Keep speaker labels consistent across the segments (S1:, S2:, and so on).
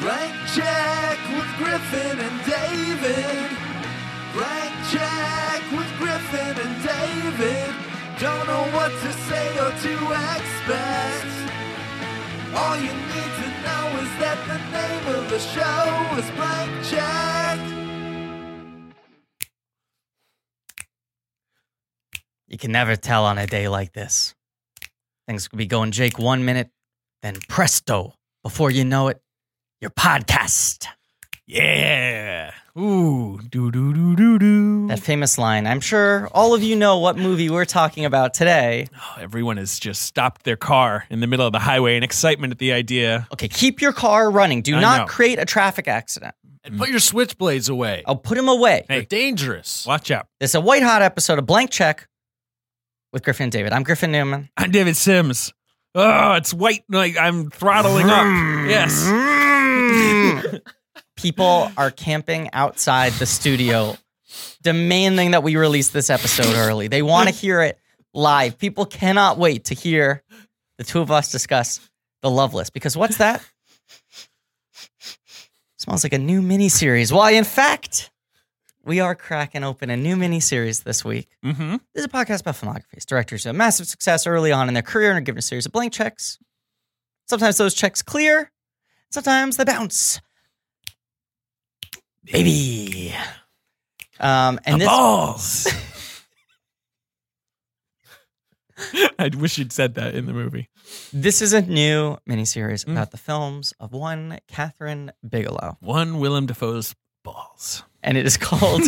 S1: Blackjack with Griffin and David. Blackjack with Griffin and David. Don't know what to say or to expect. All you need to know is that the name of the show is Blackjack.
S2: You can never tell on a day like this. Things could be going Jake one minute, then presto, before you know it, your podcast.
S3: Yeah. Ooh. Do do do do do.
S2: That famous line. I'm sure all of you know what movie we're talking about today.
S3: Oh, everyone has just stopped their car in the middle of the highway in excitement at the idea.
S2: Okay, keep your car running. Do
S3: I
S2: not
S3: know.
S2: create a traffic accident.
S4: And put your switchblades away.
S2: I'll put him away.
S3: Oh, Hey.
S4: They're dangerous.
S3: Watch out.
S2: This is a white hot episode of Blank Check with Griffin and David. I'm Griffin Newman.
S3: I'm David Sims. Oh, it's white night. I'm throttling up. Yes.
S2: People are camping outside the studio demanding that we release this episode early. They want to hear it live. People cannot wait to hear the two of us discuss The Loveless because what's that? Smells like a new miniseries. Why, in fact, we are cracking open a new miniseries this week.
S3: Mm-hmm.
S2: This is a podcast about filmographies. Directors who have massive success early on in their career and are given a series of blank checks. Sometimes those checks clear, sometimes they bounce. Baby. Um, and this,
S3: balls. I wish you'd said that in the movie.
S2: this is a new miniseries about the films of one Catherine Bigelow.
S3: One Willem Dafoe's balls.
S2: And it is called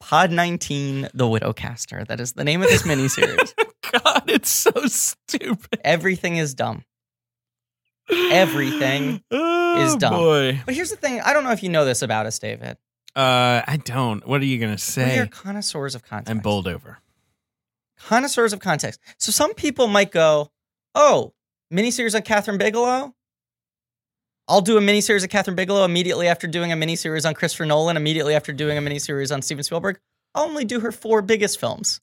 S2: Pod 19 The Widowcaster. That is the name of this miniseries.
S3: God, it's so stupid.
S2: Everything is dumb. Everything
S3: oh,
S2: is dumb.
S3: Boy.
S2: But here's the thing I don't know if you know this about us, David.
S3: Uh, I don't. What are you gonna
S2: We are
S3: say?
S2: connoisseurs of context.
S3: I'm bowled over.
S2: Connoisseurs of context. So some people might go, oh, miniseries on Catherine Bigelow? I'll do a miniseries on Catherine Bigelow immediately after doing a miniseries on Christopher Nolan, immediately after doing a miniseries on Steven Spielberg. I'll only do her four biggest films.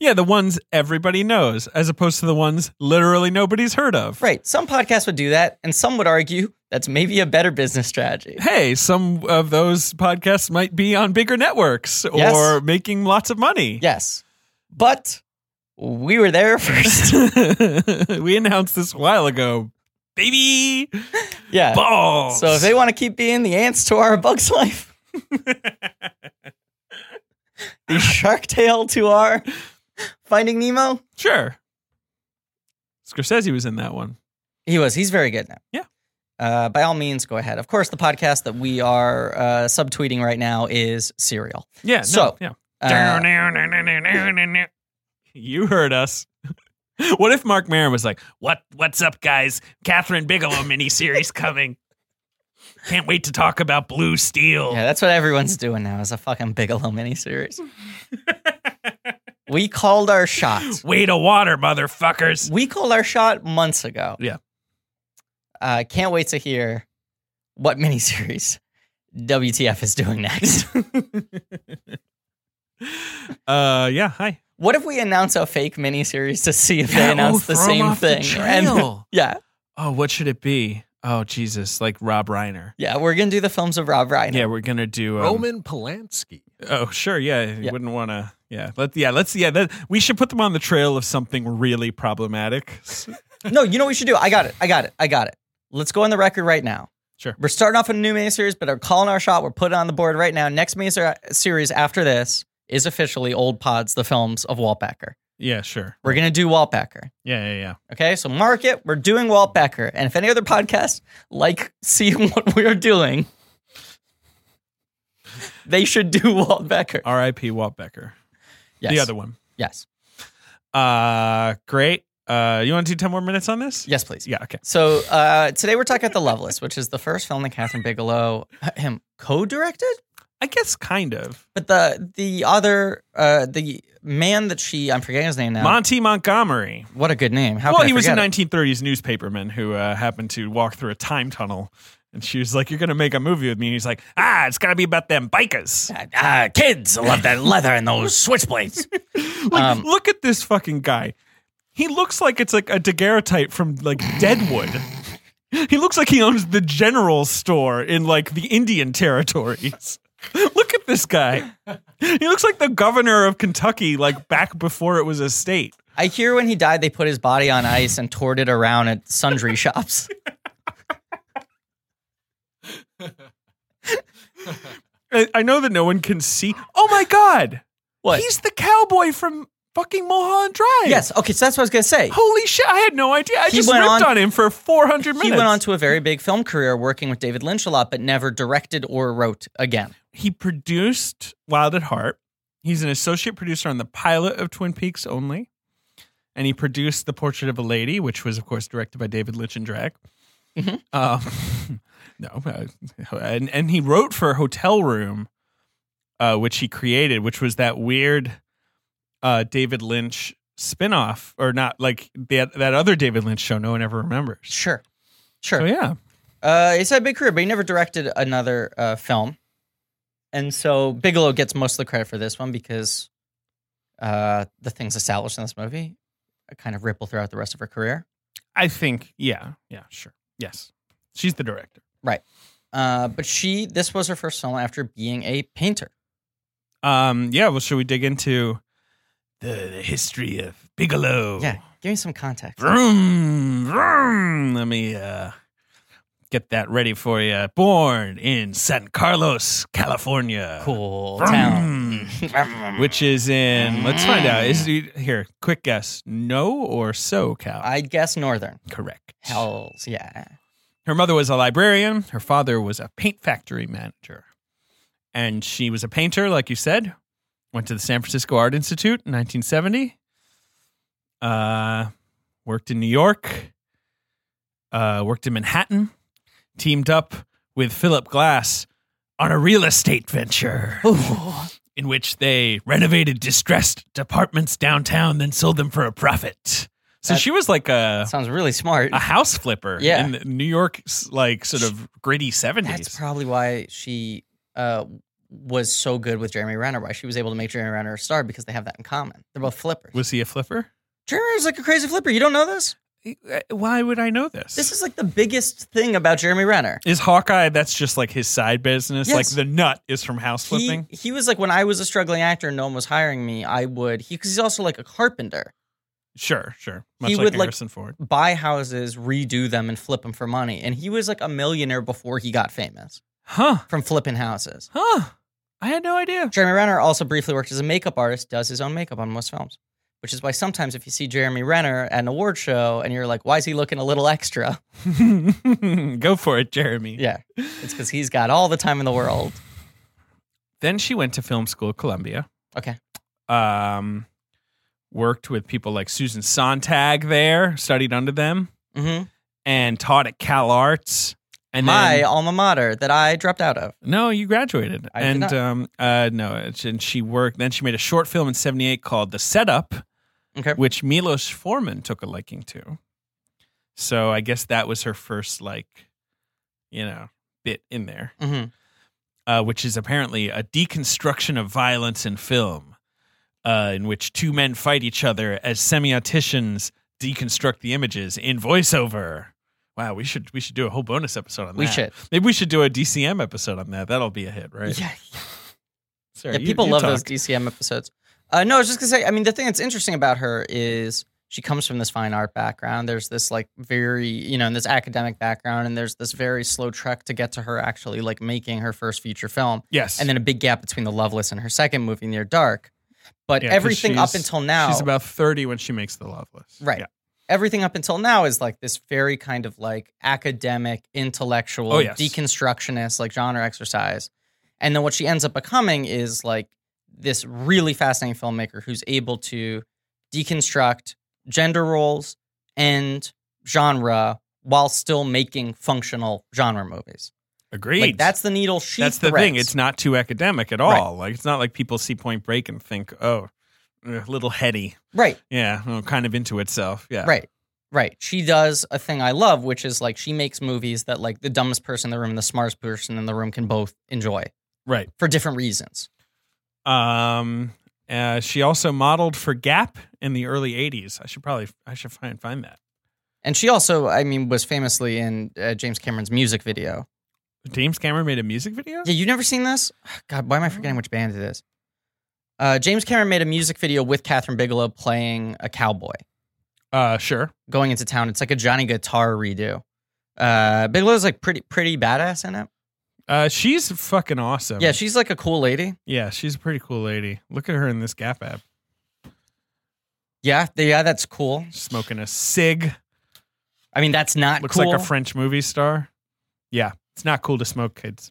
S3: Yeah, the ones everybody knows, as opposed to the ones literally nobody's heard of.
S2: Right. Some podcasts would do that, and some would argue that's maybe a better business strategy.
S3: Hey, some of those podcasts might be on bigger networks or
S2: Yes.
S3: making lots of money.
S2: Yes. But we were there first.
S3: we announced this a while ago. Baby
S2: yeah.
S3: balls.
S2: So if they want to keep being the ants to our Bugs Life, the Shark Tale to our Finding Nemo,
S3: sure. Scorsese was in that one.
S2: he was. He's very good now.
S3: Yeah.
S2: Uh, by all means, go ahead. Of course, the podcast that we are uh, subtweeting right now is Serial.
S3: Yeah. No,
S2: So,
S3: yeah.
S2: Uh,
S3: you heard us. What if Mark Maron was like, "What? What's up, guys? Catherine Bigelow miniseries coming. Can't wait to talk about Blue Steel."
S2: yeah, that's what everyone's doing now is a fucking Bigelow miniseries. we called our shots.
S3: Way to water, motherfuckers.
S2: We called our shot months ago.
S3: Yeah.
S2: Uh, can't wait to hear what miniseries WTF is doing next.
S3: Uh, yeah. Hi.
S2: what if we announce a fake miniseries to see if
S3: Yeah,
S2: they announce
S3: oh,
S2: the
S3: throw 'em
S2: same
S3: off the
S2: thing?
S3: trail.
S2: yeah,
S3: Oh, what should it be? Oh, Jesus, like Rob Reiner.
S2: yeah, we're gonna do the films of Rob Reiner.
S3: Yeah, we're gonna do um,
S4: Roman Polanski.
S3: Oh, sure. Yeah, you
S2: Yeah.
S3: wouldn't want to. Yeah, let yeah, let's yeah. That, we should put them on the trail of something really problematic.
S2: No, you know what we should do? I got it. I got it. I got it. Let's go on the record right now.
S3: Sure.
S2: We're starting off a new miniseries, but we're calling our shot. We're putting it on the board right now. Next miniseries after this is officially Old Pods, the films of Walt Becker.
S3: yeah, sure.
S2: We're gonna do Walt Becker.
S3: Yeah, yeah, yeah.
S2: Okay, so mark it. We're doing Walt Becker. And if any other podcast like seeing what we are doing, they should do Walt Becker.
S3: R.I.P. Walt Becker.
S2: Yes.
S3: The other one.
S2: Yes.
S3: Uh, great. Uh, you want to do ten more minutes on this?
S2: Yes, please.
S3: Yeah. Okay.
S2: So uh, today we're talking about The Loveless, which is the first film that Catherine Bigelow uh, him co-directed.
S3: I guess kind of.
S2: But the the other uh, the man that she I'm forgetting his name now.
S3: Monty Montgomery.
S2: what a good name. How
S3: well,
S2: could I
S3: he was a
S2: forget it?
S3: 1930s newspaperman who uh, happened to walk through a time tunnel, and she was like, "You're gonna make a movie with me." And he's like, "Ah, it's gotta be about them bikers."
S2: Ah, kids love that leather and those switchblades.
S3: Like,
S2: Um,
S3: look at this fucking guy. He looks like it's like a daguerreotype from like Deadwood. He looks like he owns the general store in like the Indian territories. Look at this guy. He looks like the governor of Kentucky, like back before it was a state.
S2: I hear when he died, they put his body on ice and toured it around at sundry shops.
S3: I, I know that no one can see. Oh my God.
S2: What?
S3: He's the cowboy from fucking Mulholland Drive.
S2: yes. Okay. So that's what I was gonna say.
S3: Holy shit. I had no idea. I
S2: He
S3: just
S2: went
S3: ripped on,
S2: on-
S3: him for 400 minutes.
S2: He went on to a very big film career, working with David Lynch a lot, but never directed or wrote again.
S3: he produced Wild at Heart. He's an associate producer on the pilot of Twin Peaks only. And he produced The Portrait of a Lady, which was, of course, directed by David Litch and Drag.
S2: Mhm.
S3: Um, no. uh, and, and he wrote for Hotel Room, uh, which he created, which was that weird uh, David Lynch spinoff, or not like that, that other David Lynch show no one ever remembers.
S2: Sure. Sure.
S3: So, Oh, yeah.
S2: Uh, he's had a big career, but he never directed another uh, film. And so Bigelow gets most of the credit for this one because uh, the things established in this movie kind of ripple throughout the rest of her career.
S3: I think, yeah. Yeah, sure. Yes. She's the director.
S2: Uh, but she, this was her first film after being a painter.
S3: Um, yeah, well, should we dig into the, the history of Bigelow?
S2: Yeah, give me some context.
S3: Vroom, vroom. Let me uh, get that ready for you. Born in San Carlos, California.
S2: Cool
S3: Vroom.
S2: town. Mm.
S3: Which is in, let's find out. Is it, here, quick guess. No or so, Cal?
S2: I'd guess northern.
S3: Correct.
S2: Hells, yeah.
S3: Her mother was a librarian. Her father was a paint factory manager. And she was a painter, like you said. Went to the San Francisco Art Institute in 1970. Uh, worked in New York. Uh, worked in Manhattan. Teamed up with Philip Glass on a real estate venture in which they renovated distressed departments downtown, then sold them for a profit. So
S2: That-
S3: she was like a
S2: Sounds really smart.
S3: a house flipper
S2: Yeah.
S3: in the New York's like sort of gritty 70s.
S2: That's probably why she uh, was so good with Jeremy Renner. Why she was able to make Jeremy Renner a star because they have that in common. They're both flippers.
S3: was he a flipper?
S2: Jeremy Renner's like a crazy flipper. You don't know this?
S3: uh, Why would I know this?
S2: This is like the biggest thing about Jeremy Renner.
S3: is Hawkeye that's just like his side business. Like
S2: Yes.
S3: the nut is from house
S2: He,
S3: flipping.
S2: he was like when I was a struggling actor and no one was hiring me, I would he because he's also like a carpenter.
S3: Sure, sure. Much
S2: He
S3: like
S2: would, like-
S3: Harrison Ford.
S2: Buy houses, redo them, and flip them for money. And he was like a millionaire before he got famous
S3: Huh.
S2: from flipping houses.
S3: Huh. I had no idea.
S2: Jeremy Renner also briefly worked as a makeup artist, does his own makeup on most films, which is why sometimes if you see Jeremy Renner at an award show and you're like, why is he looking a little extra?
S3: Go for it, Jeremy.
S2: Yeah, it's because he's got all the time in the world.
S3: Then she went to film school at Columbia.
S2: Okay.
S3: Um worked with people like Susan Sontag there, studied under them,
S2: hmm
S3: and taught at Cal Arts. And
S2: My
S3: then,
S2: alma mater that I dropped out of.
S3: No, you graduated.
S2: I did
S3: and
S2: not.
S3: um uh no, it's- and she worked then she made a short film in 78 called The Setup,
S2: Okay.
S3: which Milos Forman took a liking to. So I guess that was her first like you know, bit in there.
S2: hmm
S3: Uh, which is apparently a deconstruction of violence in film. Uh, in which two men fight each other as semioticians deconstruct the images in voiceover. Wow, we should we should do a whole bonus episode on
S2: We
S3: that.
S2: should.
S3: Maybe we should do a DCM episode on that. That'll be a hit, right?
S2: Yeah,
S3: Sorry,
S2: yeah,
S3: you-
S2: people
S3: you
S2: love
S3: talk.
S2: those DCM episodes. Uh, no, I was just gonna say. I mean, the thing that's interesting about her is she comes from this fine art background. There's this like very, you know, and this academic background, and there's this very slow trek to get to her actually like making her first feature film,
S3: Yes.
S2: and then a big gap between the Loveless and her second movie, Near Dark. But
S3: Yeah, 'cause
S2: everything up
S3: she's-
S2: until now,
S3: she's about 30 when she makes the love list.
S2: Right.
S3: Yeah.
S2: everything up until now is like this very kind of like academic, intellectual,
S3: Oh, yes.
S2: deconstructionist, like genre exercise. And then what she ends up becoming is like this really fascinating filmmaker who's able to deconstruct gender roles and genre while still making functional genre movies.
S3: Agreed.
S2: Like that's the needle she
S3: That's the thing.
S2: threads.
S3: It's not too academic at all. Like it's not like people see Point Break and think, oh, a little heady.
S2: right.
S3: Yeah, oh, kind of into itself. Yeah.
S2: Right. Right. She does a thing I love, which is like she makes movies that like the dumbest person in the room and the smartest person in the room can both enjoy
S3: Right.
S2: for different reasons.
S3: Um. Uh, she also modeled for Gap in the early '80s. I should probably I should find find that.
S2: And she also, I mean, was famously in uh, James Cameron's music video.
S3: James Cameron made a music video?
S2: Yeah, you've never seen this? God, why am I forgetting which band it is? Uh, James Cameron made a music video with Catherine Bigelow playing a cowboy
S3: Uh, sure.
S2: going into town. It's like a Johnny Guitar redo. Uh, Bigelow's like pretty, pretty badass in it.
S3: Uh, she's fucking awesome.
S2: Yeah, she's like a cool lady.
S3: yeah, she's a pretty cool lady. Look at her in this Gap app,
S2: Yeah, th- yeah, that's cool.
S3: smoking a cig.
S2: I mean, that's not
S3: Looks
S2: cool.
S3: like a French movie star. Yeah, it's not cool to smoke, kids.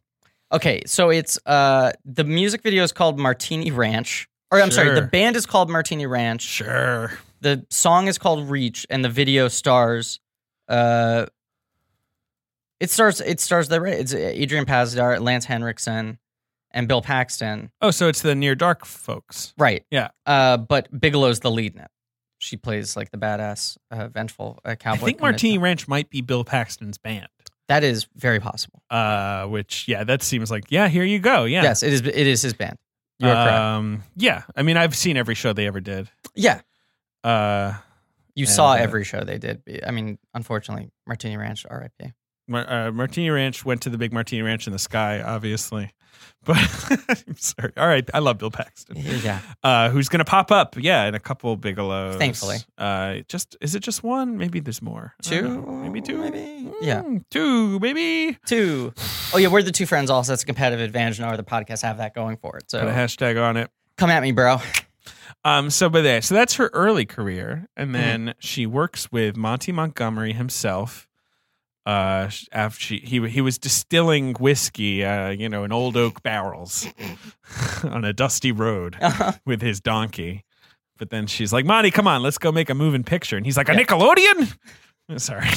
S2: Okay, so it's uh the music video is called Martini Ranch. Or I'm sorry,
S3: Sure.
S2: the band is called Martini Ranch.
S3: Sure.
S2: The song is called Reach, and the video stars uh it stars it stars the it's Adrian Pazdar, Lance Henriksen, and Bill Paxton.
S3: Oh, so it's the Near Dark folks.
S2: Right.
S3: Yeah.
S2: Uh but Bigelow's the lead in it. She plays like the badass, uh, vengeful uh,
S3: I
S2: cowboy.
S3: think
S2: from
S3: Martini
S2: Midtown.
S3: Ranch might be Bill Paxton's band.
S2: That is very possible.
S3: Uh, which yeah, that seems like yeah. Here you go. Yeah.
S2: Yes, it is. It is his band. You are correct.
S3: um, Yeah. I mean, I've seen every show they ever did.
S2: Yeah,
S3: Uh,
S2: You
S3: And,
S2: saw
S3: uh,
S2: every show they did. I mean, unfortunately, Martini Ranch, RIP.
S3: Mar- uh, Martini Ranch went to the big Martini Ranch in the sky, obviously. But I'm sorry. All right, I love Bill Paxton.
S2: Yeah.
S3: Uh, who's going to pop up? Yeah, in a couple Bigelows.
S2: Thankfully.
S3: Uh, just is it just one? Maybe there's more. I
S2: Two?
S3: don't know. maybe two,
S2: Maybe. Yeah.
S3: Mm, two, maybe.
S2: Two. Oh, yeah, we're the two friends also. That's a competitive advantage. No other podcasts have that going for it.
S3: Put a
S2: So
S3: hashtag on it.
S2: come at me, bro.
S3: Um, so but there, so that's her early career, and
S2: Mm-hmm.
S3: then she works with Monty Montgomery himself. Uh, sh- after she he he was distilling whiskey, uh, you know, in old oak barrels on a dusty road with his donkey. But then she's like, Monty, come on, let's go make a moving picture, and he's like, a
S2: Yeah.
S3: Nickelodeon. Sorry,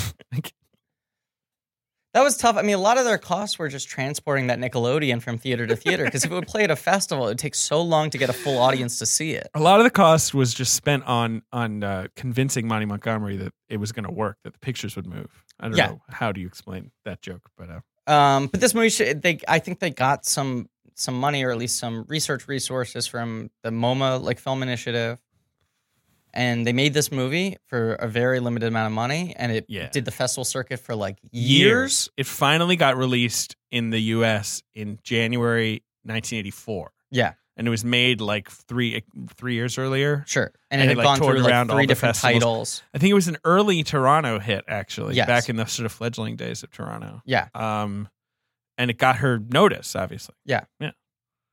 S2: That was tough. I mean, a lot of their costs were just transporting that Nickelodeon from theater to theater because if it would play at a festival, it would take so long to get a full audience to see it.
S3: a lot of the cost was just spent on on uh, convincing Monty Montgomery that it was going to work, that the pictures would move. I don't
S2: Yeah.
S3: know how do you explain that joke, but uh,
S2: Um, but this movie, should, they I think they got some some money or at least some research resources from the MoMA like film initiative, and they made this movie for a very limited amount of money, and it
S3: Yeah.
S2: did the festival circuit for like years.
S3: years. It finally got released in the U.S. in January 1984,
S2: Yeah,
S3: and it was made like three three years earlier.
S2: sure.
S3: And
S2: And, it
S3: it,
S2: had
S3: like,
S2: gone
S3: toured
S2: through like
S3: around all
S2: three
S3: the
S2: different
S3: festivals.
S2: titles.
S3: I think it was an early Toronto hit, actually,
S2: Yes.
S3: back in the sort of fledgling days of Toronto.
S2: Yeah,
S3: Um, and it got her notice, obviously,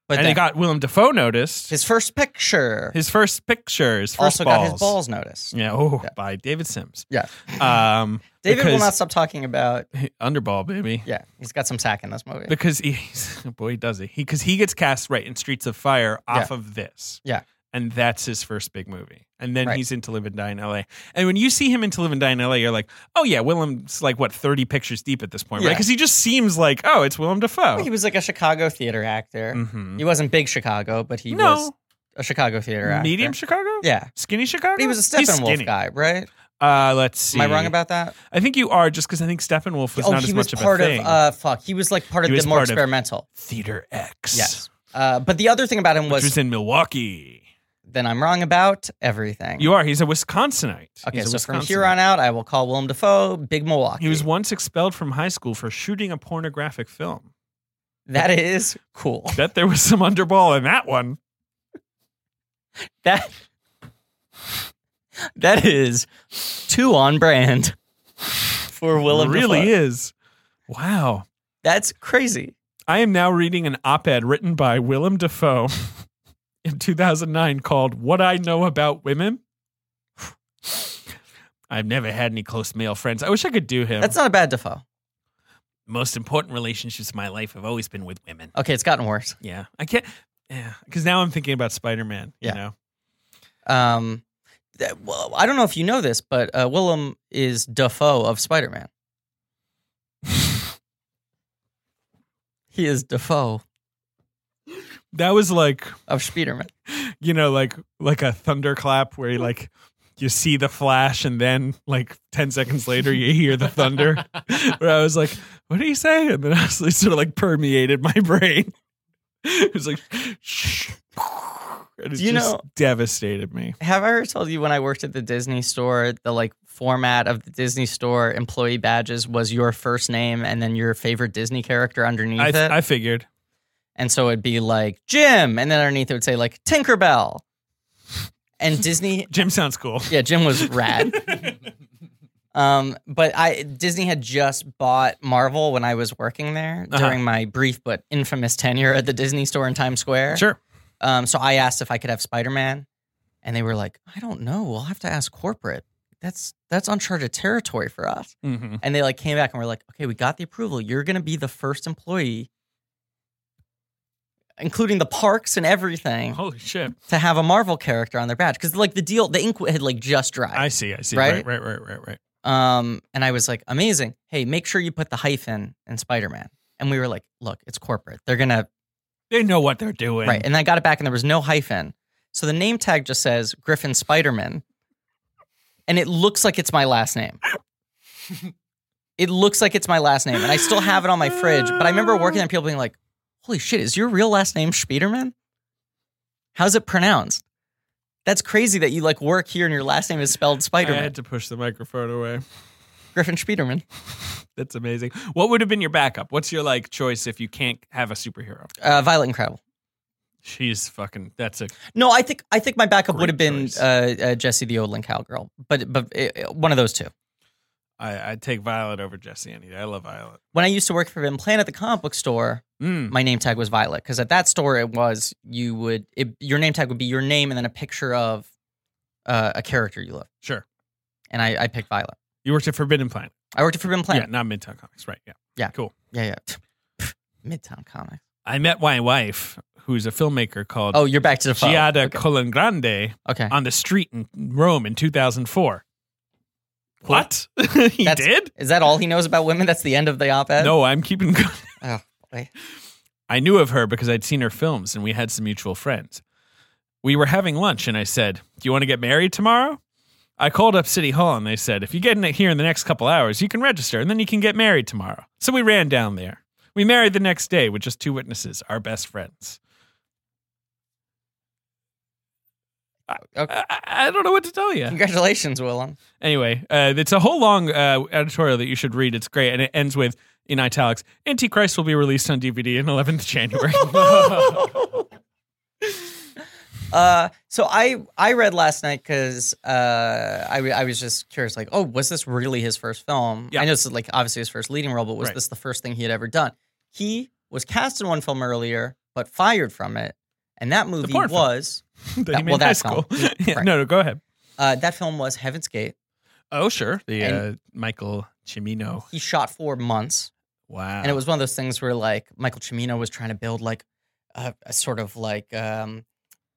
S2: but
S3: and
S2: then
S3: it got Willem Dafoe noticed. His,
S2: his first picture
S3: first picture, his first
S2: also got his balls noticed.
S3: Yeah. Oh,
S2: Yeah.
S3: by David Sims.
S2: Yeah.
S3: Um,
S2: David will
S3: because-
S2: not stop talking about.
S3: underball baby.
S2: Yeah, he's got some sack in this movie.
S3: because he boy does he because he, gets cast right in Streets of Fire off of this.
S2: Yeah.
S3: And that's his first big movie. And then
S2: Right.
S3: he's into Live and Die in LA. And when you see him into Live and Die in LA, you're like, oh, yeah, Willem's like, what, 30 pictures deep at this point, right?
S2: Yeah.
S3: Because he just seems like, oh, it's Willem Dafoe.
S2: He was like a Chicago theater actor.
S3: Mhm.
S2: He wasn't big Chicago, but he was
S3: no,
S2: a Chicago theater actor.
S3: medium Chicago?
S2: Yeah.
S3: Skinny Chicago?
S2: But he was a
S3: He's
S2: Steppenwolf
S3: skinny.
S2: guy, right?
S3: Uh, let's see.
S2: Am I wrong about that?
S3: I think you are, just because I think Steppenwolf was
S2: oh,
S3: not
S2: he
S3: as
S2: was
S3: much
S2: part
S3: of a
S2: of,
S3: thing.
S2: uh fuck. He was like part of
S3: He was
S2: the more
S3: part of-
S2: experimental.
S3: Theater X.
S2: Yes. Uh, but the other thing about him
S3: Which
S2: was,
S3: was in Milwaukee.
S2: then I'm wrong about everything.
S3: You are. He's a Wisconsinite.
S2: okay,
S3: He's a
S2: so from
S3: Wisconsinite.
S2: here on out, I will call Willem Dafoe Big Milwaukee.
S3: He was once expelled from high school for shooting a pornographic film.
S2: that is cool.
S3: Bet there was some underball in that one.
S2: That that is too on brand for Willem.
S3: really
S2: Dafoe.
S3: is. Wow.
S2: That's crazy.
S3: I am now reading an op ed written by Willem Dafoe in 2009 called What I Know About Women. I've never had any close male friends. I wish I could do him.
S2: That's not a bad Defoe.
S3: Most important relationships in my life have always been with women.
S2: Okay, it's gotten worse.
S3: Yeah. I can't. Yeah. Because now I'm thinking about Spider Man, you
S2: Yeah.
S3: know?
S2: Um, that, well, I don't know if you know this, but uh, Willem is Defoe of Spider Man. he is Defoe
S3: That was like
S2: of Spider Man.
S3: you know, like like a thunderclap where you like you see the flash and then like ten seconds later you hear the thunder. where I was like, what do you say? And then I was like, sort of like permeated my brain. it was like shh. And it's
S2: You
S3: just
S2: know-
S3: devastated me.
S2: Have I ever told you when I worked at the Disney store, the like format of the Disney store employee badges was your first name and then your favorite Disney character underneath
S3: I,
S2: it?
S3: I figured.
S2: and so it'd be like Jim, and then underneath it would say like Tinkerbell. And Disney
S3: Jim sounds cool.
S2: Yeah, Jim was rad. um, but I Disney had just bought Marvel when I was working there
S3: Uh-huh.
S2: during my brief but infamous tenure at the Disney store in Times Square.
S3: Sure.
S2: Um, so I asked if I could have Spider Man, and they were like, "I don't know. We'll have to ask corporate. That's that's uncharted territory for us."
S3: hmm
S2: And they like came back and were like, "Okay, we got the approval. You're going to be the first employee." Including the parks and everything
S3: Holy shit.
S2: to have a Marvel character on their badge because like the deal, the ink had like just dried.
S3: I see. I see.
S2: Right?
S3: Right. Right. Right. Right. right.
S2: Um, and I was like, amazing. Hey, make sure you put the hyphen in Spider Man. And we were like, look, it's corporate. They're going to,
S3: They know what they're doing.
S2: right. And I got it back and there was no hyphen. So the name tag just says Griffin Spider Man. And it looks like it's my last name. it looks like it's my last name. And I still have it on my fridge. But I remember working there and people being like, holy shit, is your real last name Spiderman? How's it pronounced? That's crazy that you like work here and your last name is spelled Spider
S3: I
S2: Man.
S3: had to push the microphone away.
S2: Griffin Spiderman.
S3: That's amazing. What would have been your backup? What's your like choice if you can't have a superhero?
S2: Uh, Violet Incredible.
S3: She's fucking. That's a
S2: No, I think I think my backup
S3: Great
S2: would have been
S3: choice.
S2: uh, uh, Jesse the Odlin cowgirl, but but uh, one of those two.
S3: I, I'd take Violet over Jesse any day. I love Violet.
S2: When I used to work for Van Plan at the comic book store,
S3: Mm.
S2: my name tag was Violet because at that store it was you would it, your name tag would be your name and then a picture of uh, a character you love,
S3: Sure.
S2: and I, I picked Violet.
S3: You worked at Forbidden Planet.
S2: I worked at Forbidden
S3: Yeah,
S2: Planet.
S3: not Midtown Comics. Right. Yeah.
S2: Yeah, yeah. Midtown Comics.
S3: I met my wife, who's a filmmaker called
S2: Oh, you're back to the phone.
S3: Giada
S2: Okay.
S3: Colangrande,
S2: okay.
S3: on the street in Rome in 2004. What? he
S2: That's-
S3: did?
S2: Is that all he knows about women? That's the end of the op-ed.
S3: No, I'm keeping going.
S2: Oh, boy.
S3: I knew of her because I'd seen her films and we had some mutual friends. We were having lunch and I said, Do you want to get married tomorrow? I called up City Hall and they said, If you get in here in the next couple hours, you can register and then you can get married tomorrow. So we ran down there. We married the next day with just two witnesses, our best friends.
S2: Okay.
S3: I, I I don't know what to tell you.
S2: Congratulations, Willem.
S3: Anyway, uh, it's a whole long uh, editorial that you should read. It's great, and it ends with in italics: "Antichrist will be released on DVD on 11th January."
S2: Uh, so I I read last night because uh, I w- I was just curious, like, oh, was this really his first film?
S3: Yeah.
S2: I know this is like obviously his first leading role, but was
S3: Right.
S2: this the first thing he had ever done? He was cast in one film earlier, but fired from it, and that movie
S3: porn film.
S2: was
S3: that
S2: Yeah,
S3: he made
S2: well,
S3: in high
S2: that's
S3: school.
S2: not-
S3: Yeah,
S2: right.
S3: No, no, go ahead.
S2: uh, that film was Heaven's Gate.
S3: Oh, sure. The
S2: And-
S3: uh, Michael Cimino.
S2: He shot for months,
S3: Wow.
S2: and it was one of those things where like Michael Cimino was trying to build like a, a sort of like um,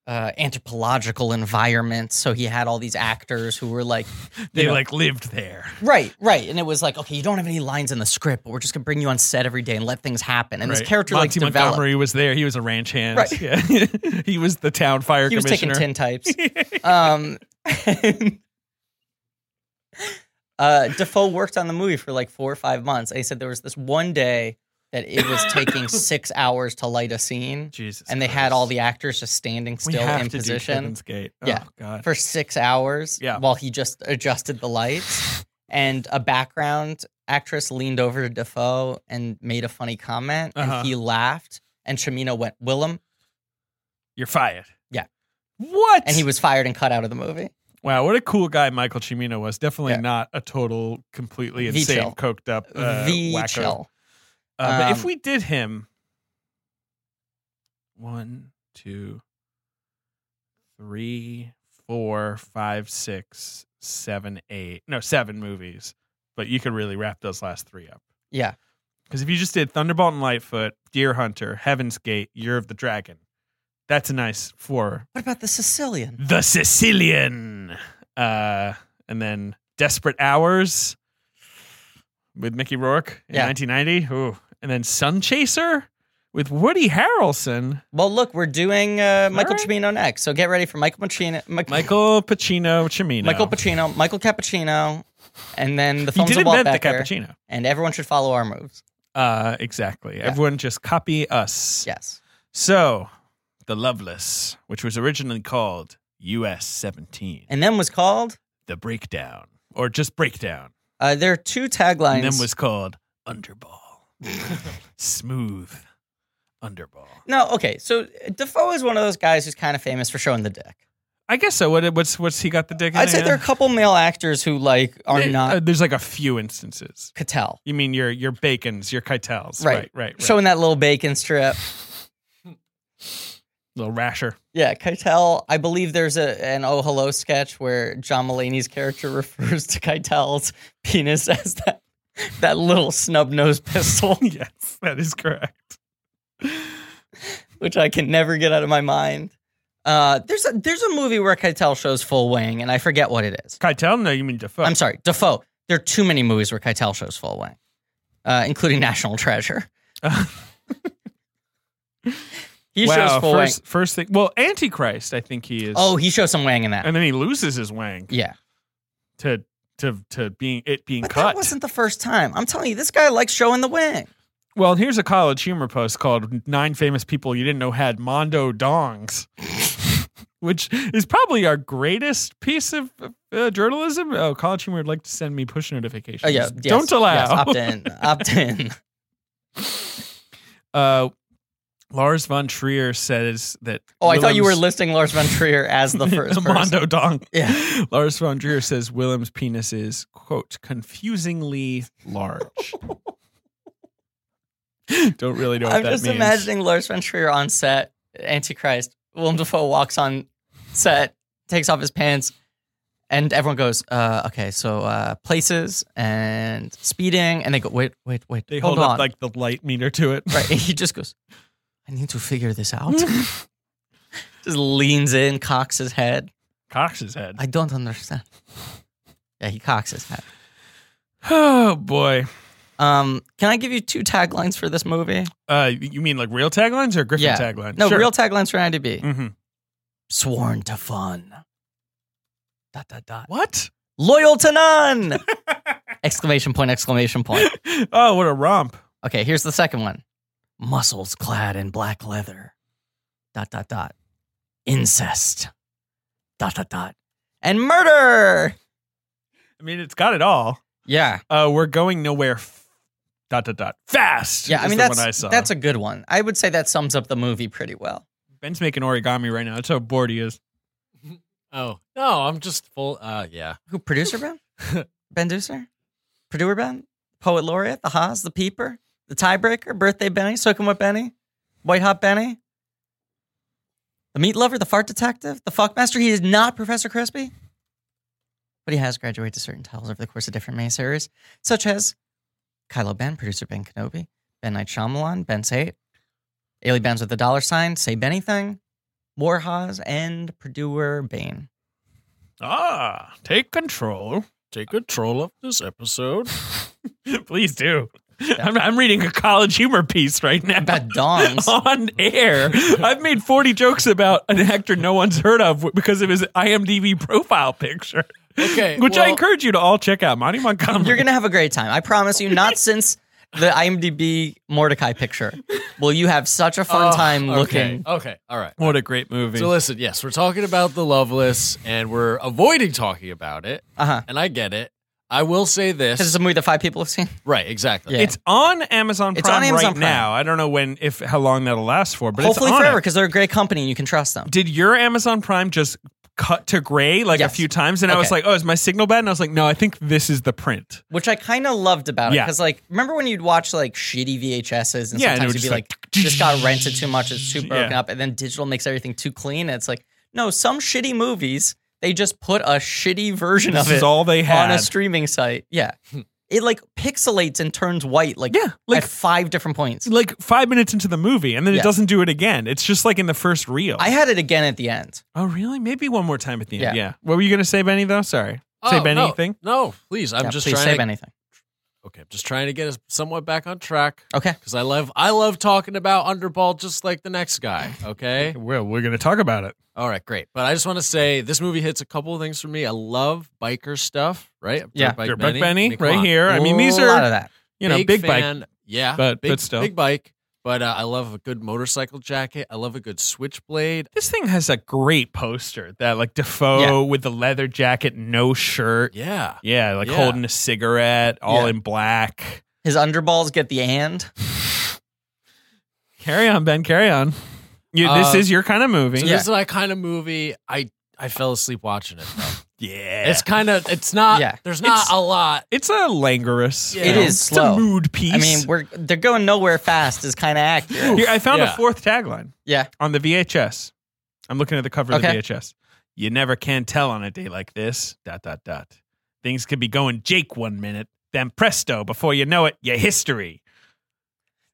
S2: uh, anthropological environment, so he had all these actors who were like
S3: they
S2: you know-
S3: like lived there.
S2: Right, right. And it was like, okay, you don't have any lines in the script, but we're just gonna bring you on set every day and let things happen. And
S3: Right.
S2: this character
S3: Monty
S2: like developed.
S3: Montgomery was there. He was a ranch hand.
S2: Right.
S3: Yeah. he was the town fire
S2: He was taking
S3: commissioner.
S2: tin types. um, uh, Defoe worked on the movie for like four or five months. And he said there was this one day that it was taking six hours to light a scene,
S3: Jesus.
S2: and they
S3: Christ.
S2: had all the actors just standing
S3: we
S2: still
S3: have
S2: in
S3: to do
S2: position.
S3: Heaven's Gate.
S2: Yeah.
S3: Oh, God.
S2: for six hours
S3: Yeah.
S2: while he just adjusted the lights. And a background actress leaned over to Defoe and made a funny comment,
S3: Uh-huh.
S2: and he laughed. And Chimino went, Willem.
S3: You're fired.
S2: Yeah.
S3: What?
S2: And he was fired and cut out of the movie.
S3: Wow, what a cool guy Michael Cimino was. Definitely
S2: Yeah.
S3: not a total, completely
S2: V-chill.
S3: insane, coked up uh,
S2: the
S3: wacko.
S2: chill.
S3: Uh, but if
S2: Um,
S3: we did him, one, two, three, four, five, six, seven, eight, no, seven movies. But you could really wrap those last three up.
S2: Yeah.
S3: Because if you just did Thunderbolt and Lightfoot, Deer Hunter, Heaven's Gate, Year of the Dragon, that's a nice four
S2: What about the Sicilian?
S3: the Sicilian. Uh, and then Desperate Hours with Mickey Rourke in
S2: Yeah.
S3: 1990. Ooh. And then Sun Chaser with Woody Harrelson,
S2: Well, look, we're doing uh, Michael
S3: right.
S2: Cimino next. So get ready for Michael Pacino. Michael,
S3: Michael Pacino, Cimino.
S2: Michael Pacino, Michael Cappuccino, and then the
S3: He
S2: films
S3: did
S2: of Walt
S3: invent the
S2: Becker.
S3: cappuccino.
S2: and everyone should follow our moves.
S3: Uh, exactly. Everyone just copy us.
S2: Yes.
S3: So, The Loveless, which was originally called US 17.
S2: And then was called.
S3: the Breakdown, or just Breakdown.
S2: Uh, there are two
S3: And then
S2: taglines.
S3: was called Underball. Smooth Underball.
S2: no, okay. So Defoe is one of those guys who's kind of famous for showing the dick.
S3: I guess so. What, what's what's he got the dick? in
S2: I'd say
S3: yeah?
S2: there are a couple male actors who like are
S3: They-
S2: not
S3: uh, there's like a few instances.
S2: Cattell,
S3: You mean your your Bacon's, your Keitels,
S2: Right.
S3: right, right. right.
S2: showing that little bacon strip.
S3: little rasher.
S2: Yeah, Keitel. I believe there's a an Oh Hello sketch where John Mulaney's character refers to Keitel's penis as that that little snub nosed pistol,
S3: yes, that is correct.
S2: which I can never get out of my mind. Uh, there's a there's a movie where Keitel shows full wing, and I forget what it is.
S3: Keitel? No, you mean Defoe.
S2: I'm sorry, Defoe. There are too many movies where Keitel shows full wing, uh, including National Treasure. he
S3: wow,
S2: shows full
S3: first
S2: wang.
S3: first thing. Well, Antichrist, I think he is.
S2: Oh, he shows some wang in that.
S3: and then he loses his wang
S2: yeah.
S3: to to to being it being
S2: But
S3: cut.
S2: that wasn't the first time. I'm telling you, this guy likes showing the wing.
S3: Well, and here's a college humor post called Nine Famous People You Didn't Know Had Mondo Dongs, which is probably our greatest piece of uh, journalism. Oh, college humor would like to send me push notifications.
S2: Oh yeah, yes,
S3: Don't
S2: Yes,
S3: allow.
S2: opt in, opt in.
S3: uh, Lars von Trier says that.
S2: Oh, I thought you were
S3: Willem's-
S2: listing Lars von Trier as the first person.
S3: Mondo Dong.
S2: Yeah.
S3: Lars von Trier says Willem's penis is, quote, confusingly large. Don't really know what
S2: I'm
S3: that
S2: just
S3: means.
S2: imagining Lars von Trier on set, Antichrist. Willem Dafoe walks on set, takes off his pants, and everyone goes, uh, "Okay, so uh, places and speeding," and they go, "Wait, wait, wait,
S3: They
S2: hold,
S3: hold,
S2: on."
S3: up like the light meter to it.
S2: right, and he just goes, "I need to figure this out." just leans in, cocks his head.
S3: Cocks his head.
S2: I don't understand. Yeah, he cocks his head.
S3: Oh boy.
S2: Um, can I give you two taglines for this movie?
S3: Uh, you mean like real taglines or Griffin
S2: Yeah.
S3: taglines?
S2: No, real taglines for IMDb.
S3: hmm
S2: Sworn to fun. Dot dot dot.
S3: What?
S2: Loyal to none! exclamation point! Exclamation point!
S3: oh, what a romp!
S2: Okay, here's the second one. Muscles clad in black leather. Dot dot dot. Incest. Dot dot dot. And murder.
S3: I mean, it's got it all.
S2: Yeah,
S3: Uh, we're going nowhere. F- dot dot dot. Fast.
S2: yeah.
S3: is
S2: I mean,
S3: the
S2: that's
S3: one I saw.
S2: that's a good one. I would say that sums up the movie pretty well.
S3: Ben's making origami right now. That's how bored he is.
S4: Oh no, I'm just full. Uh, yeah.
S2: Who producer Ben? ben Deucer? Producer Ben? Poet laureate? The Haas? The Peeper? The Tiebreaker? Birthday Benny? Soaking with Benny? White Hot Benny? The Meat Lover? The Fart Detective? The Fuck Master? He is not Professor Crispy, but he has graduated to certain titles over the course of different mini series, such as Kylo Ben, producer Ben Kenobi, Ben Knight Shyamalan, Ben Sate, Ailey Benz with the dollar sign, Say Benny Thing, War Haas, and Purduer Bane.
S3: Ah, take control,
S4: Take control of this episode.
S3: please do. I'm, I'm reading a college humor piece right now.
S2: About dongs.
S3: on air. I've made 40 jokes about an actor no one's heard of because of his IMDb profile picture.
S4: Okay,
S3: Which I
S4: well-
S3: encourage you to all check out. Monty Montgomery.
S2: You're gonna have a great time. I promise you. Not since the IMDb Mordecai picture will you have such a fun
S4: Oh,
S2: time
S4: okay,
S2: looking.
S4: Okay. All right.
S3: what a great movie.
S4: So listen, yes, we're talking about the Loveless, and we're avoiding talking about it.
S2: Uh huh.
S4: And I get it. I will say this.
S2: This is a movie that five people have seen.
S4: right. Exactly.
S2: Yeah.
S3: it's on Amazon Prime
S2: It's on Amazon
S3: right
S2: Prime.
S3: now. I don't know when, if how long that'll last for, but
S2: Hopefully
S3: it's on
S2: forever,
S3: it.
S2: because they're a great company and you can trust them.
S3: Did your Amazon Prime just cut to gray like
S2: Yes.
S3: a few times? And I was
S2: Okay.
S3: like, oh, is my signal bad? And I was like, no, I think this is the print.
S2: Which I kind of loved about it,
S3: Yeah.
S2: because like, remember when you'd watch like shitty VHSs and
S3: Yeah, and it
S2: sometimes
S3: would
S2: you'd be
S3: just,
S2: like,
S3: like,
S2: "This got rented too much; it's too
S3: Yeah.
S2: broken up," and then digital makes everything too clean. And it's like, no, some shitty movies they just put a shitty version
S3: This
S2: of
S3: is
S2: it
S3: all they had. Hmm.
S2: on a streaming site. Yeah. It like pixelates and turns white like,
S3: Yeah, like-
S2: at five different points.
S3: like five minutes into the movie, and then
S2: Yeah.
S3: it doesn't do it again. It's just like in the first reel.
S2: I had it again at the end.
S3: Oh, really? Maybe one more time at the end.
S2: Yeah.
S3: Yeah. What were you going to say, Benny, though? Sorry. say
S4: Oh,
S3: Benny
S4: no,
S3: anything?
S4: No, please. I'm
S2: Yeah,
S4: just
S2: please
S4: trying
S2: save
S4: to.
S2: anything.
S4: Okay, I'm just trying to get us somewhat back on track
S2: Okay.
S4: because I love I love talking about underball just like the next guy. Okay.
S3: Well, we're going to talk about it.
S4: All right, great. But I just want to say this movie hits a couple of things for me. I love biker stuff, right? Dirt
S2: Yeah.
S3: Dirt Bike Benny,
S4: I mean, come
S3: right
S4: on.
S3: here. I mean, these
S2: a lot
S3: are,
S2: of that.
S3: you know, big, bike.
S4: fan. Yeah,
S3: but-
S4: big,
S3: but still.
S4: big bike. But uh, I love a good motorcycle jacket. I love a good switchblade.
S3: This thing has a great poster that like Defoe
S2: Yeah.
S3: with the leather jacket, no shirt.
S4: Yeah.
S3: Yeah, like
S4: Yeah.
S3: holding a cigarette, all
S4: Yeah.
S3: in black.
S2: His underballs get the and.
S3: Carry on, Ben. Carry on. You, this
S4: Uh,
S3: is your kind of movie.
S4: So
S2: Yeah.
S4: this is that kind of movie. I I fell asleep watching it. though.
S3: yeah.
S4: It's kind of it's not.
S2: Yeah.
S4: There's not
S3: It's-
S4: a lot.
S3: It's a languorous.
S4: Yeah.
S3: film.
S4: It
S2: is
S3: It's
S2: slow.
S3: a mood piece.
S2: I mean, we're they're going nowhere fast is kind of accurate.
S3: Here, I found
S4: Yeah.
S3: a fourth tagline
S2: yeah.
S3: on the VHS. I'm looking at the cover
S2: Okay.
S3: of the VHS. You never can tell on a day like this. Dot dot dot. Things could be going Jake one minute, then presto, before you know it, your history.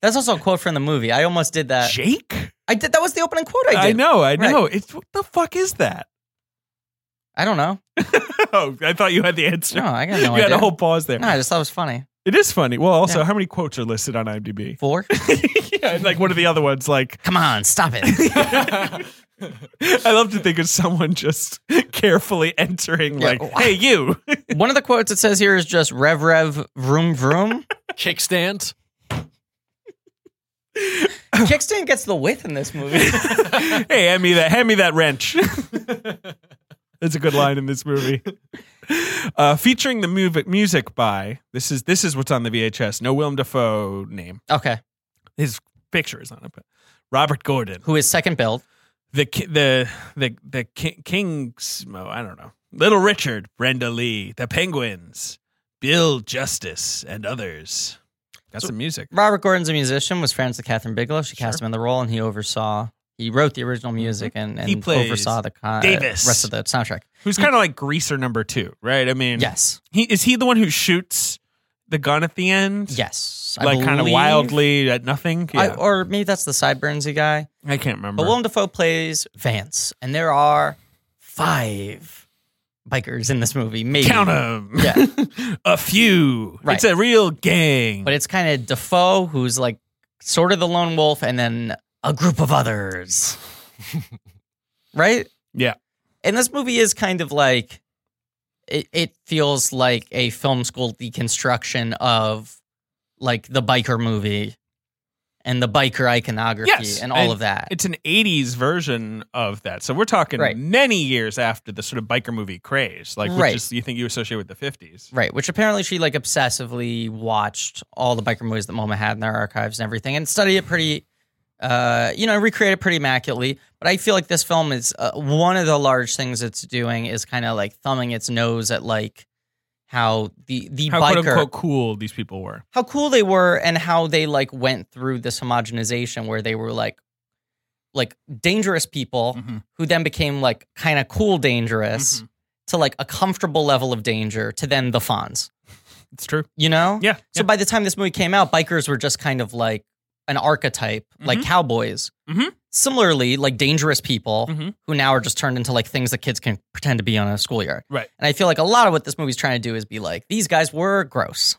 S2: That's also a quote from the movie. I almost did that.
S3: Jake?
S2: I did that was the opening quote Uh, I did.
S3: I know, I know. It's what the fuck is that?
S2: I don't know.
S3: oh, I thought you had the answer.
S2: No, I got no
S3: you had
S2: idea.
S3: a whole pause there.
S2: No, I just thought it was funny.
S3: It is funny. Well, also,
S2: Yeah.
S3: how many quotes are listed on IMDb?
S2: Four?
S3: yeah, and like one of the other ones, like
S2: Come on, stop it.
S3: I love to think of someone just carefully entering,
S2: Yeah.
S3: like, "Hey, you."
S2: One of the quotes it says here is just rev rev vroom vroom.
S4: Kickstand.
S2: Kickstand gets the width in this movie.
S3: hey, hand me that. Hand me that wrench. That's a good line in this movie. Uh, featuring the mov- music by this is this is what's on the VHS. No Willem Dafoe name.
S2: okay.
S3: His picture is on it, but Robert Gordon,
S2: Who is second build?
S3: the ki- the the the ki- Kings. Oh, I don't know. Little Richard, Brenda Lee, the Penguins, Bill Justice, and others. That's the music.
S2: Robert Gordon's a musician, was friends with Catherine Bigelow. She cast him in the role and he oversaw he wrote the original music and,
S3: Mm-hmm.
S2: and
S3: He plays
S2: oversaw the con-
S3: Davis.
S2: rest of the soundtrack.
S3: Who's kind of like Greaser number two, right? I mean,
S2: Yes.
S3: He is he the one who shoots the gun at the end?
S2: Yes. I
S3: like kind of
S2: believe-
S3: wildly at nothing. Yeah.
S2: I-
S3: I,
S2: or maybe that's the sideburnsy guy.
S3: can't remember.
S2: But Willem Dafoe plays Vance, and there are five bikers in this movie. Maybe
S3: Count 'em.
S2: Yeah.
S3: a few.
S2: Right.
S3: It's a real gang.
S2: But it's kind of Defoe, who's like sort of the lone wolf, and then a group of others. right?
S3: Yeah.
S2: And this movie is kind of like it, it feels like a film school deconstruction of like the biker movie and the biker iconography
S3: Yes,
S2: and all
S3: and
S2: of that.
S3: it's an 80s version of that. So we're talking
S2: Right.
S3: many years after the sort of biker movie craze, like
S2: Right.
S3: which is, you think you associate with the 50s.
S2: Right, which apparently she like obsessively watched all the biker movies that MoMA had in their archives and everything, and studied it pretty, uh, you know, recreated pretty immaculately. But I feel like this film is uh, one of the large things it's doing is kind of like thumbing its nose at like how the the
S3: How
S2: biker
S3: quote unquote cool these people were.
S2: how cool they were and how they like went through this homogenization where they were like like dangerous people
S3: Mhm.
S2: who then became like kind of cool dangerous
S3: Mm-hmm.
S2: to like a comfortable level of danger to then the Fonz
S3: It's true.
S2: you know?
S3: Yeah.
S2: So by the time this movie came out, bikers were just kind of like an archetype, like
S3: Mm-hmm.
S2: cowboys.
S3: Mhm.
S2: Similarly, like dangerous people
S3: Mhm.
S2: who now are just turned into like things that kids can pretend to be on a schoolyard.
S3: Right.
S2: And I feel like a lot of what this movie's trying to do is be like, these guys were gross.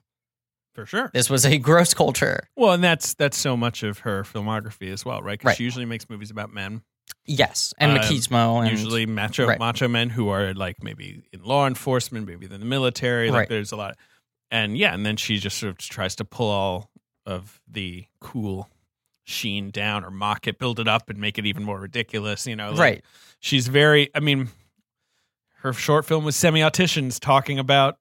S3: for sure.
S2: This was a gross culture.
S3: Well, and that's that's so much of her filmography as well, right? 'Cause
S2: Right.
S3: she usually makes movies about men.
S2: Yes. And
S3: Um,
S2: machismo and
S3: usually macho
S2: right.
S3: macho men who are like maybe in law enforcement, maybe in the military. Like
S2: Right.
S3: there's a lot, and yeah, and then she just sort of tries to pull all of the cool sheen down or mock it, build it up, and make it even more ridiculous. You know, like,
S2: Right.
S3: She's very. I mean, her short film was semi-auticians talking about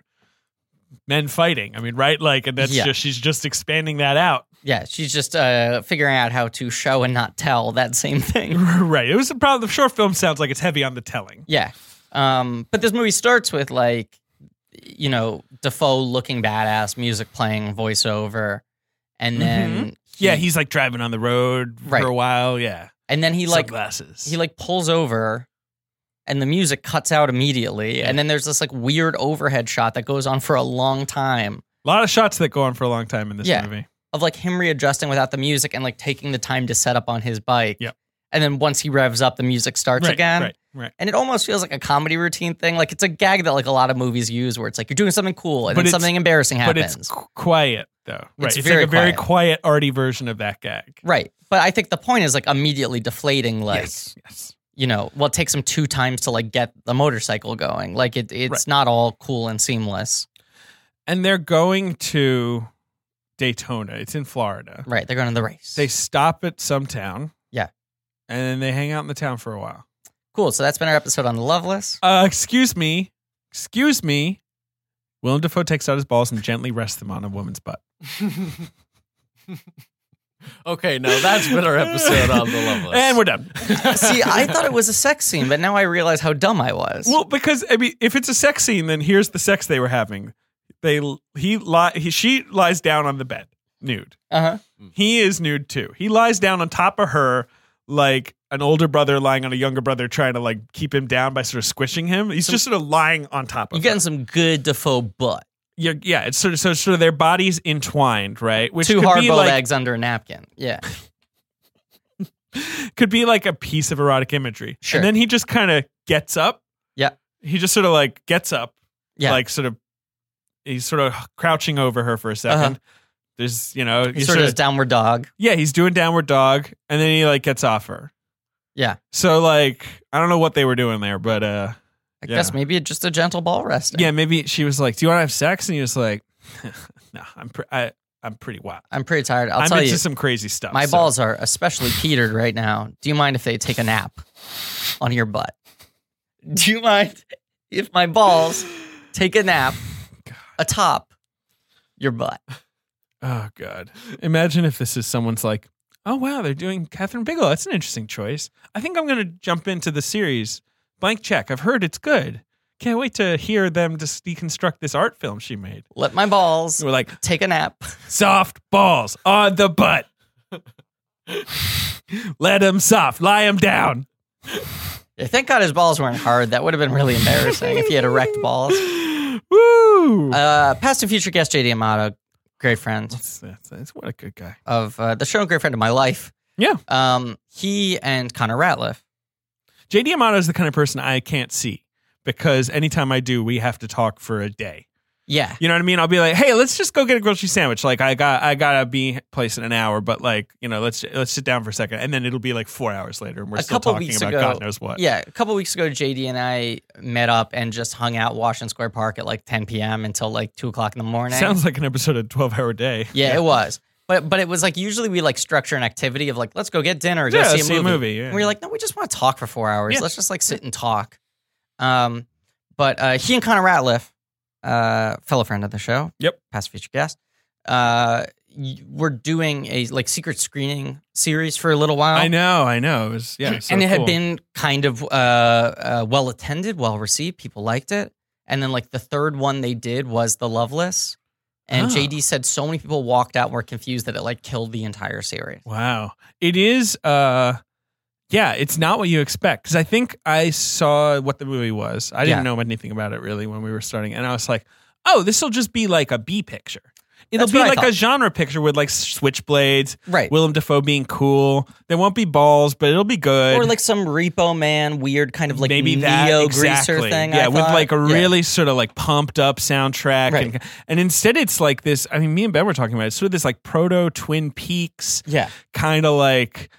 S3: men fighting. I mean, right? Like, and that's
S2: Yeah.
S3: just she's just expanding that out.
S2: Yeah. She's just uh figuring out how to show and not tell that same thing.
S3: right. It was a problem. The short film sounds like it's heavy on the telling.
S2: Yeah. Um, but this movie starts with like, you know, Defoe looking badass, music playing, voiceover,
S3: Mm-hmm.
S2: and then
S3: Yeah, he's like driving on the road
S2: Right.
S3: for a while. Yeah.
S2: and then he like
S3: glasses.
S2: he like pulls over, and the music cuts out immediately, and then there's this like weird overhead shot that goes on for a long time
S3: a lot of shots that go on for a long time in this
S2: Yeah.
S3: movie.
S2: of like him readjusting without the music and like taking the time to set up on his bike.
S3: Yep.
S2: And then once he revs up, the music starts again.
S3: right, right.
S2: and it almost feels like a comedy routine thing. Like it's a gag that like a lot of movies use, where it's like you're doing something cool and
S3: But
S2: then
S3: it's-
S2: something embarrassing
S3: But
S2: happens.
S3: it's qu- quiet though. Right.
S2: It's
S3: It's,
S2: very
S3: like a very quiet, arty version of that gag.
S2: right, but I think the point is like immediately deflating. Like
S3: Yes. Yes.
S2: you know, well, it takes him two times to like get the motorcycle going. Like it, it's
S3: Right.
S2: not all cool and seamless.
S3: And they're going to Daytona. It's in Florida.
S2: Right, they're going to the race.
S3: They stop at some town.
S2: Yeah.
S3: And then they hang out in the town for a while.
S2: cool. So that's been our episode on Loveless.
S3: Uh, excuse me. Excuse me. Willem Dafoe takes out his balls and gently rests them on a woman's butt.
S4: okay, now that's been our episode on the Loveless.
S3: And we're done.
S2: See, I thought it was a sex scene, but now I realize how dumb I was.
S3: Well, because I mean, if it's a sex scene, then here's the sex they were having. They he, li- he she lies down on the bed nude.
S2: uh-huh.
S3: He is nude too. He lies down on top of her like an older brother lying on a younger brother trying to like keep him down by sort of squishing him. He's just sort of lying on top of her.
S2: You're getting some good Defoe butt.
S3: You're- yeah, it's sort of so it's sort of their bodies entwined, right? Which
S2: Two
S3: could
S2: hard
S3: be
S2: boiled
S3: like
S2: eggs under a napkin. Yeah.
S3: could be like a piece of erotic imagery.
S2: Sure.
S3: And then he just kind of gets up.
S2: Yeah.
S3: He just sort of like gets up.
S2: Yeah.
S3: Like sort of he's sort of crouching over her for a 2nd
S2: Uh-huh.
S3: There's you know
S2: He
S3: he's
S2: sort of does downward dog.
S3: yeah he's doing downward dog and then he like gets off her.
S2: Yeah.
S3: So like I don't know what they were doing there, but uh
S2: I
S3: Yeah.
S2: guess maybe just a gentle ball resting.
S3: yeah maybe she was like, "Do you want to have sex?" And he was like, "No, I'm pre- I I'm pretty wild.
S2: I'm pretty tired. I'll
S3: am
S2: tell
S3: into
S2: you.
S3: some crazy stuff.
S2: My
S3: so-
S2: balls are especially petered right now. Do you mind if they take a nap on your butt? Do you mind if my balls take a nap atop your butt?
S3: Oh God! Imagine if this is someone's like, oh wow, they're doing Catherine Bigelow. That's an interesting choice. I think I'm going to jump into the series. Blank check. I've heard it's good. Can't wait to hear them just deconstruct this art film she made.
S2: Let my balls
S3: We're like
S2: take a nap.
S3: soft balls on the butt. Let them soft. Lie them down.
S2: Yeah, Thank God his balls weren't hard. That would have been really embarrassing if he had erect balls.
S3: Woo!
S2: Uh, past and future guest JD Amato, great friend
S3: that's, that's, that's what a good guy.
S2: of uh, the show, great friend of my life.
S3: Yeah.
S2: Um, he and Connor Ratliff.
S3: JD Amato is the kind of person I can't see because anytime I do, we have to talk for a day.
S2: Yeah.
S3: You know what I mean? I'll be like, hey, let's just go get a grocery sandwich. Like I got I gotta be place in an hour, but like, you know, let's let's sit down for a second. And then it'll be like four hours later and we're
S2: A
S3: still
S2: couple
S3: talking
S2: weeks
S3: about
S2: ago-
S3: God knows what.
S2: Yeah, a couple weeks ago, JD and I met up and just hung out Washington Square Park at like 10 p.m. until like two o'clock in the morning.
S3: Sounds like an episode of twelve hour day.
S2: yeah, it was. But but it was like usually we like structure an activity of like let's go get dinner, go
S3: Yeah,
S2: see, a,
S3: see a
S2: movie.
S3: movie, yeah.
S2: And we are like, no, we just want to talk for four hours.
S3: Yeah.
S2: Let's just like sit and talk. Um, but uh, he and Connor Ratliff, uh, fellow friend of the show,
S3: Yep.
S2: past feature guest, uh, y- we're doing a like secret screening series for a little while
S3: I know, I know. It was yeah. so
S2: "Oh." and it had
S3: cool.
S2: been kind of uh, uh, well attended, well received. People liked it. And then like the third one they did was the Loveless, and
S3: Ah.
S2: JD said so many people walked out and were confused that it like killed the entire series.
S3: Wow. It is uh yeah, it's not what you expect. Because I think I saw what the movie was. I didn't
S2: Yeah.
S3: know anything about it really when we were starting. And I was like, oh, this'll just be like a B picture. It'll
S2: That's
S3: be
S2: what I
S3: like a
S2: thought.
S3: genre picture with like switchblades
S2: Right.
S3: Willem Dafoe being cool. There won't be balls, but it'll be good.
S2: or like some Repo Man weird kind of like
S3: maybe that
S2: neo
S3: exactly.
S2: greaser thing. I
S3: Yeah, with
S2: thought.
S3: like a
S2: Yeah.
S3: really sort of like pumped up soundtrack, and,
S2: Right.
S3: and instead it's like this. I mean, me and Ben were talking about it. It's sort of this like proto Twin Peaks
S2: yeah.
S3: kind of like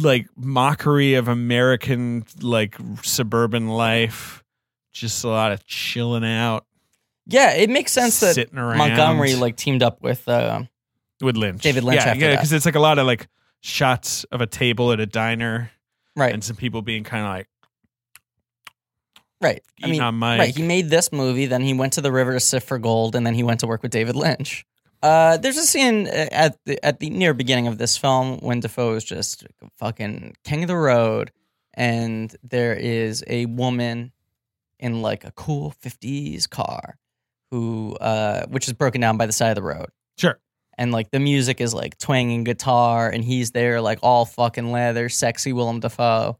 S3: like mockery of American like suburban life. Just a lot of chilling out
S2: Yeah, it makes sense that
S3: Sitting around.
S2: Montgomery like teamed up with uh,
S3: with Lynch,
S2: David Lynch
S3: Yeah,
S2: after
S3: yeah,
S2: that.
S3: because it's like a lot of like shots of a table at a diner
S2: right,
S3: and some people being kind of like
S2: right. I
S3: eating
S2: mean,
S3: on my
S2: Right. He made this movie, then he went to the river to sift for gold, and then he went to work with David Lynch. Uh, there's a scene uh, at the at the near beginning of this film when Defoe is just fucking king of the road, and there is a woman in like a cool '50s car, who uh, which is broken down by the side of the road,
S3: sure.
S2: and like the music is like twanging guitar, and he's there like all fucking leather, sexy Willem Dafoe.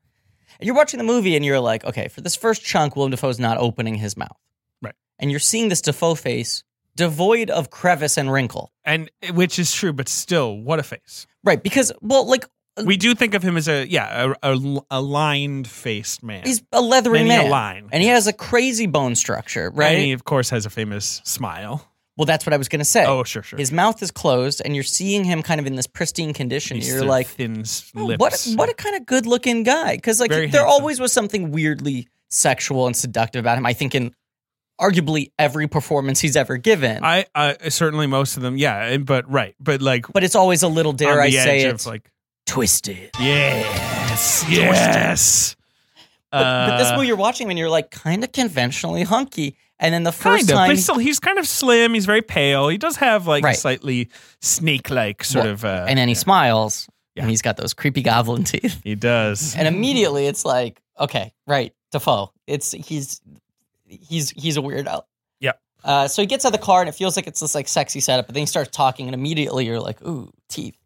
S2: And you're watching the movie, and you're like, okay, for this first chunk, Willem Dafoe's not opening his mouth,
S3: Right.
S2: And you're seeing this Dafoe face devoid of crevice and wrinkle,
S3: and which is true, but still, what a face.
S2: right? Because well, like
S3: We do think of him as a yeah, a, a, a lined faced man.
S2: he's a leathery
S3: Many
S2: man,
S3: a line,
S2: and he has a crazy bone structure, right?
S3: And he of course has a famous smile.
S2: well, that's what I was gonna say.
S3: Oh, sure, sure.
S2: His mouth is closed, and you're seeing him kind of in this pristine condition.
S3: He's
S2: You're
S3: sort of
S2: like,
S3: thin s-
S2: Oh,
S3: lips.
S2: What what a kind of good looking guy because like
S3: Very
S2: there
S3: handsome.
S2: always was something weirdly sexual and seductive about him. I think in arguably every performance he's ever given.
S3: I, I certainly most of them, yeah. and- But right, but like,
S2: but it's always a little dare
S3: on
S2: I
S3: the
S2: say
S3: edge
S2: it
S3: of like,
S2: twisted.
S3: yes, yes.
S2: But, but this
S3: Uh,
S2: movie you're watching when you're like kind of conventionally hunky, and then the first
S3: kind of,
S2: time
S3: but still, he's kind of slim. He's very pale. He does have like
S2: Right.
S3: a slightly snake-like sort
S2: Well,
S3: of. Uh,
S2: and then he smiles
S3: Yeah.
S2: and he's got those creepy goblin teeth
S3: he does.
S2: and immediately it's like okay right defoe it's he's he's he's a weirdo
S3: Yep.
S2: uh, so he gets out of the car and it feels like it's this like sexy setup but then he starts talking and immediately you're like ooh teeth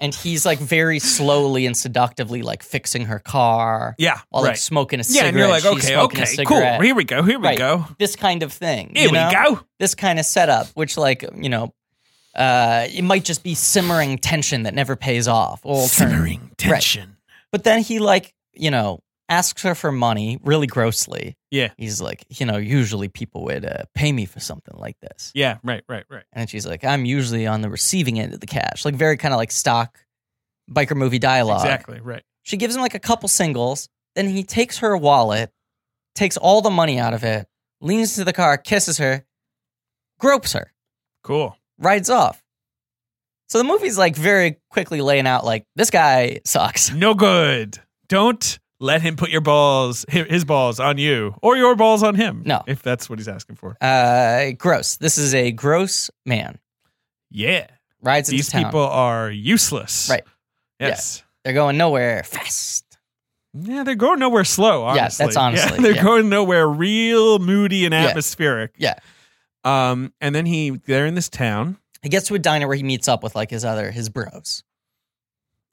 S2: and he's like very slowly and seductively like fixing her car
S3: Yeah,
S2: while like
S3: right.
S2: smoking a
S3: Yeah,
S2: cigarette
S3: and you're like,
S2: she's
S3: okay,
S2: smoking a
S3: okay, cool.
S2: cigarette.
S3: Here we go. Here we
S2: Right.
S3: go.
S2: this kind of thing
S3: Here
S2: you know?
S3: we go.
S2: this kind of setup, which like you know, uh, it might just be simmering tension that never pays off. Or altern-
S3: tension.
S2: But then he like you know asks her for money really grossly.
S3: Yeah.
S2: He's like, you know, usually people would uh, pay me for something like this,
S3: Yeah, right, right, right.
S2: and she's like, I'm usually on the receiving end of the cash, like very kind of like stock biker movie dialogue.
S3: Exactly, right.
S2: She gives him like a couple singles. Then he takes her wallet, takes all the money out of it, leans to the car, kisses her, gropes her.
S3: Cool.
S2: rides off. So the movie's like very quickly laying out like this guy sucks.
S3: No good. Don't let him put your balls, hi- his balls on you or your balls on him.
S2: No.
S3: If that's what he's asking for.
S2: Uh, gross. This is a gross man.
S3: Yeah.
S2: Rides
S3: These
S2: into town.
S3: people are useless.
S2: Right.
S3: Yes.
S2: They're going nowhere fast.
S3: Yeah. they're going nowhere slow, honestly.
S2: Yeah, that's honestly,
S3: they're
S2: yeah.
S3: going nowhere real moody and
S2: Yeah.
S3: atmospheric.
S2: Yeah.
S3: Um, and then he, they're in this town,
S2: He gets to a diner where he meets up with like his other his bros.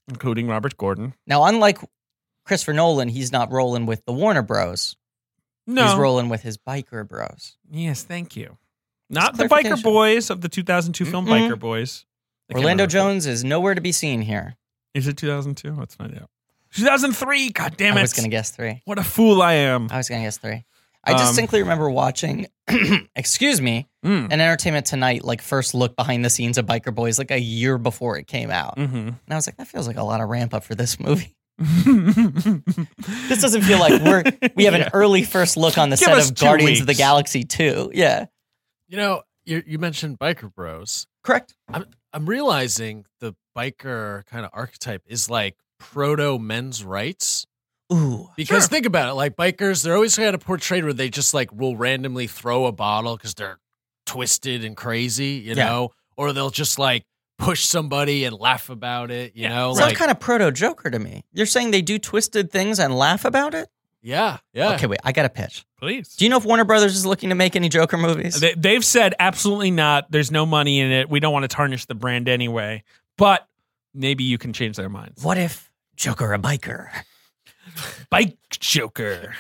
S3: including Robert Gordon.
S2: Now, unlike Christopher Nolan, he's not rolling with the Warner Bros.
S3: No.
S2: He's rolling with his biker bros.
S3: Yes, thank you. Not
S2: Just
S3: the Biker
S2: clarification.
S3: Boys of the 2002 film
S2: Mm-mm.
S3: Biker Boys. I can't
S2: Orlando
S3: remember.
S2: Jones is nowhere to be seen here.
S3: Is it 2002? Let's find out. 2003. God damn
S2: I
S3: it.
S2: was gonna guess three.
S3: what a fool I am.
S2: I was gonna guess three. I
S3: Um,
S2: distinctly remember watching. excuse me.
S3: Mm.
S2: an Entertainment Tonight like first look behind the scenes of Biker Boys like a year before it came
S3: Mm.
S2: out, and I was like, that feels like a lot of ramp up for this movie.
S3: Mm-hmm.
S2: This doesn't feel like we're we have an early first look on the
S3: Give
S2: set
S3: us
S2: of
S3: two
S2: Guardians of the
S3: weeks.
S2: Galaxy Two. Yeah,
S4: You know, you, you mentioned biker bros.
S2: correct.
S4: I'm realizing the biker kind of archetype is like proto men's rights.
S2: Ooh,
S4: Because think about it, like bikers, they're always kind of portrayed where they just like will randomly throw a bottle because they're twisted and crazy, you
S2: Yeah.
S4: know, or they'll just like push somebody and laugh about it, you
S3: Yeah,
S4: know,
S2: some
S4: like
S2: kind of proto Joker to me. You're saying they do twisted things and laugh about it?
S4: yeah, yeah.
S2: Okay, wait, I got a pitch.
S3: Please.
S2: Do you know if Warner Brothers is looking to make any Joker movies?
S3: They, they've said absolutely not. There's no money in it. We don't want to tarnish the brand anyway. But maybe you can change their minds.
S2: what if Joker a biker?
S3: Bike Joker.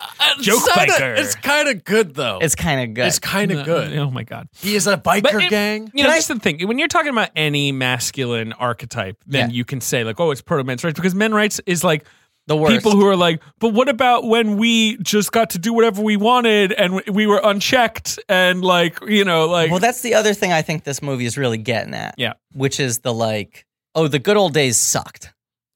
S4: Uh, it's
S3: Joke
S4: kinda-
S3: biker.
S4: It's kind of good though.
S2: It's kind of good.
S4: It's kind of good.
S3: Oh my God.
S4: He is a
S3: But
S4: biker
S3: it-
S4: gang.
S3: You
S2: Can
S3: know,
S2: I-
S3: that's the thing. When you're talking about any masculine archetype, then
S2: Yeah.
S3: you can say like, "Oh, it's proto men's rights," because men rights is like
S2: the worst.
S3: people who are like, "But what about when we just got to do whatever we wanted and w- we were unchecked and like, you know, like
S2: Well, that's the other thing I think this movie is really getting at.
S3: Yeah.
S2: Which is the like, oh, the good old days sucked.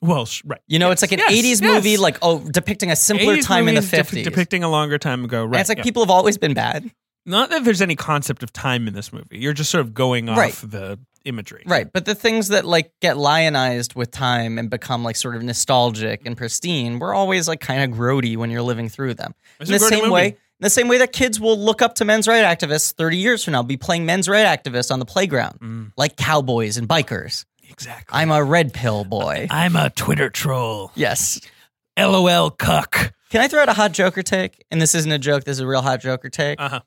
S3: well, sh- right."
S2: You know, it's like an
S3: Yes, yes.
S2: 80s movie, like, oh, depicting a simpler
S3: 80s
S2: time in the
S3: movies dep-
S2: 50s.
S3: depicting a longer time ago,
S2: And
S3: right?
S2: it's like
S3: yeah.
S2: people have always been bad.
S3: Not that there's any concept of time in this movie. You're just sort of going off
S2: Right.
S3: the imagery,
S2: Right. But the things that like get lionized with time and become like sort of nostalgic and pristine were always like kind of grody when you're living through them.
S3: It's
S2: in
S3: a
S2: the
S3: great
S2: same
S3: movie.
S2: way, in the same way that kids will look up to men's rights activists 30 years from now, be playing men's rights activists on the playground,
S3: Mm,
S2: like cowboys and bikers.
S3: exactly.
S2: I'm a red pill boy.
S3: I'm a Twitter troll.
S2: Yes.
S3: LOL cuck.
S2: Can I throw out a hot Joker take? And this isn't a joke. This is a real hot Joker take.
S3: Uh-huh.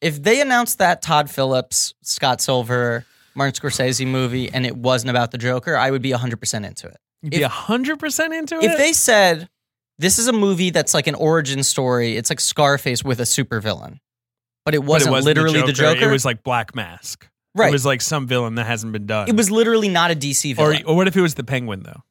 S2: If they announced that Todd Phillips, Scott Silver, Martin Scorsese movie, and it wasn't about the Joker, I would be 100% into it.
S3: You'd
S2: If-
S3: be hundred percent into it.
S2: If they said, this is a movie that's like an origin story, it's like Scarface with a supervillain, but it
S3: But
S2: wasn't, literally the Joker.
S3: It was like Black Mask.
S2: right.
S3: It was like some villain that hasn't been done.
S2: literally not a DC
S3: or,
S2: villain.
S3: or what if it was the Penguin though?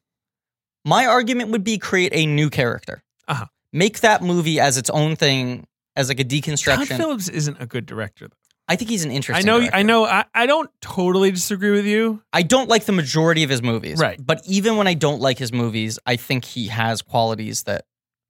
S2: My argument would be create a new character.
S3: Uh-huh.
S2: Make that movie as its own thing, as like a
S3: Todd
S2: deconstruction.
S3: Phillips isn't a good director. Though.
S2: I think he's an
S3: I
S2: interesting
S3: know.
S2: director.
S3: I know. I, I don't totally disagree with you.
S2: I don't like the majority of his movies.
S3: Right.
S2: But even when I don't like his movies, I think he has qualities that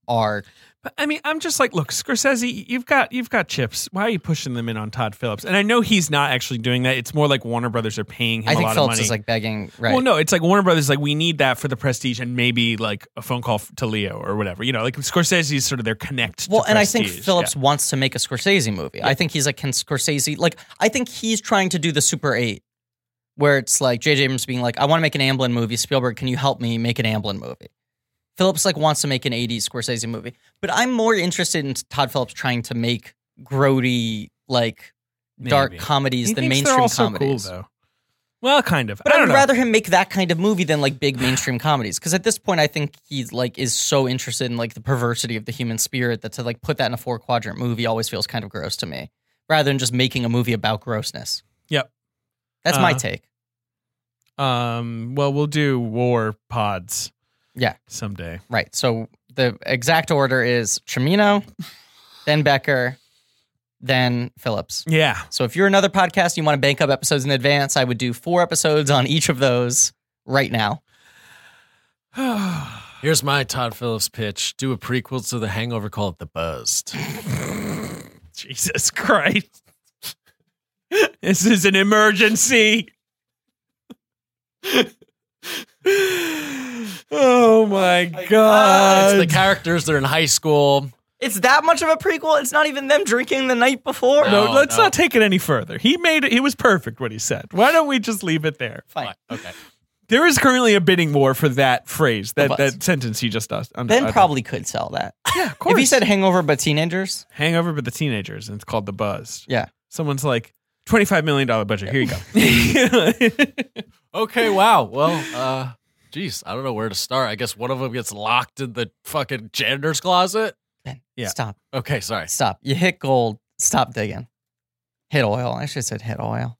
S2: are
S3: But, I mean, I'm just like, look, Scorsese, you've got you've got chips. Why are you pushing them in on Todd Phillips? And I know he's not actually doing that. It's more like Warner Brothers are paying him
S2: I
S3: a
S2: think
S3: lot
S2: Phillips
S3: of money.
S2: is like begging right.
S3: Well, no, it's like Warner Brothers. is Like we need that for the prestige, and maybe like a phone call f- to Leo or whatever. You know, like Scorsese is sort of their connect.
S2: Well,
S3: to
S2: and I think
S3: prestige.
S2: Phillips wants to make a Scorsese movie. I think he's like, can Scorsese like? I think he's trying to do the Super Eight, where it's like J.J. Abrams being like, I want to make an Amblin movie. Spielberg, can you help me make an Amblin movie? Phillips like wants to make an '80s Scorsese movie, but I'm more interested in Todd Phillips trying to make grody like
S3: yeah,
S2: dark
S3: maybe.
S2: comedies
S3: He
S2: than
S3: thinks they're
S2: mainstream
S3: all so
S2: comedies.
S3: Cool, though. Well, kind of.
S2: But
S3: I
S2: I
S3: don't
S2: would
S3: know.
S2: rather him make that kind of movie than like big mainstream comedies. Because at this point, I think he like is so interested in like the perversity of the human spirit that to like put that in a four quadrant movie always feels kind of gross to me. Rather than just making a movie about grossness.
S3: Yep.
S2: That's my
S3: Uh,
S2: take.
S3: Um. Well, we'll do war pods.
S2: Yeah.
S3: Someday.
S2: Right. So the exact order is Chimino, then Becker, then Phillips.
S3: Yeah.
S2: So if you're another podcast and you want to bank up episodes in advance, I would do four episodes on each of those right now.
S4: Here's my Todd Phillips pitch: do a prequel to The Hangover, call it The Buzzed.
S3: Jesus Christ. this is an emergency. oh my
S4: it's
S3: god.
S4: the characters that are in high school.
S2: It's that much of a prequel. It's not even them drinking the night before.
S3: no,
S4: No,
S3: let's
S4: no.
S3: not take it any further. He made it, he was perfect what he said. Why don't we just leave it there?
S2: Fine.
S4: Okay.
S3: There is currently a bidding war for that phrase, that,
S2: But-
S3: that sentence he just us. under-
S2: Ben
S3: uttered.
S2: probably could sell that.
S3: yeah, of course.
S2: If he said hangover but teenagers,
S3: hangover but the teenagers and it's called the buzz.
S2: yeah.
S3: Someone's like 25 million dollar budget. Here you go.
S4: Okay. Wow. Well. uh Jeez, I don't know where to start. I guess one of them gets locked in the fucking janitor's closet.
S2: Ben,
S3: Yeah.
S2: stop.
S4: Okay, sorry.
S2: Stop. You hit gold. Stop digging. Hit oil. I should have said hit oil.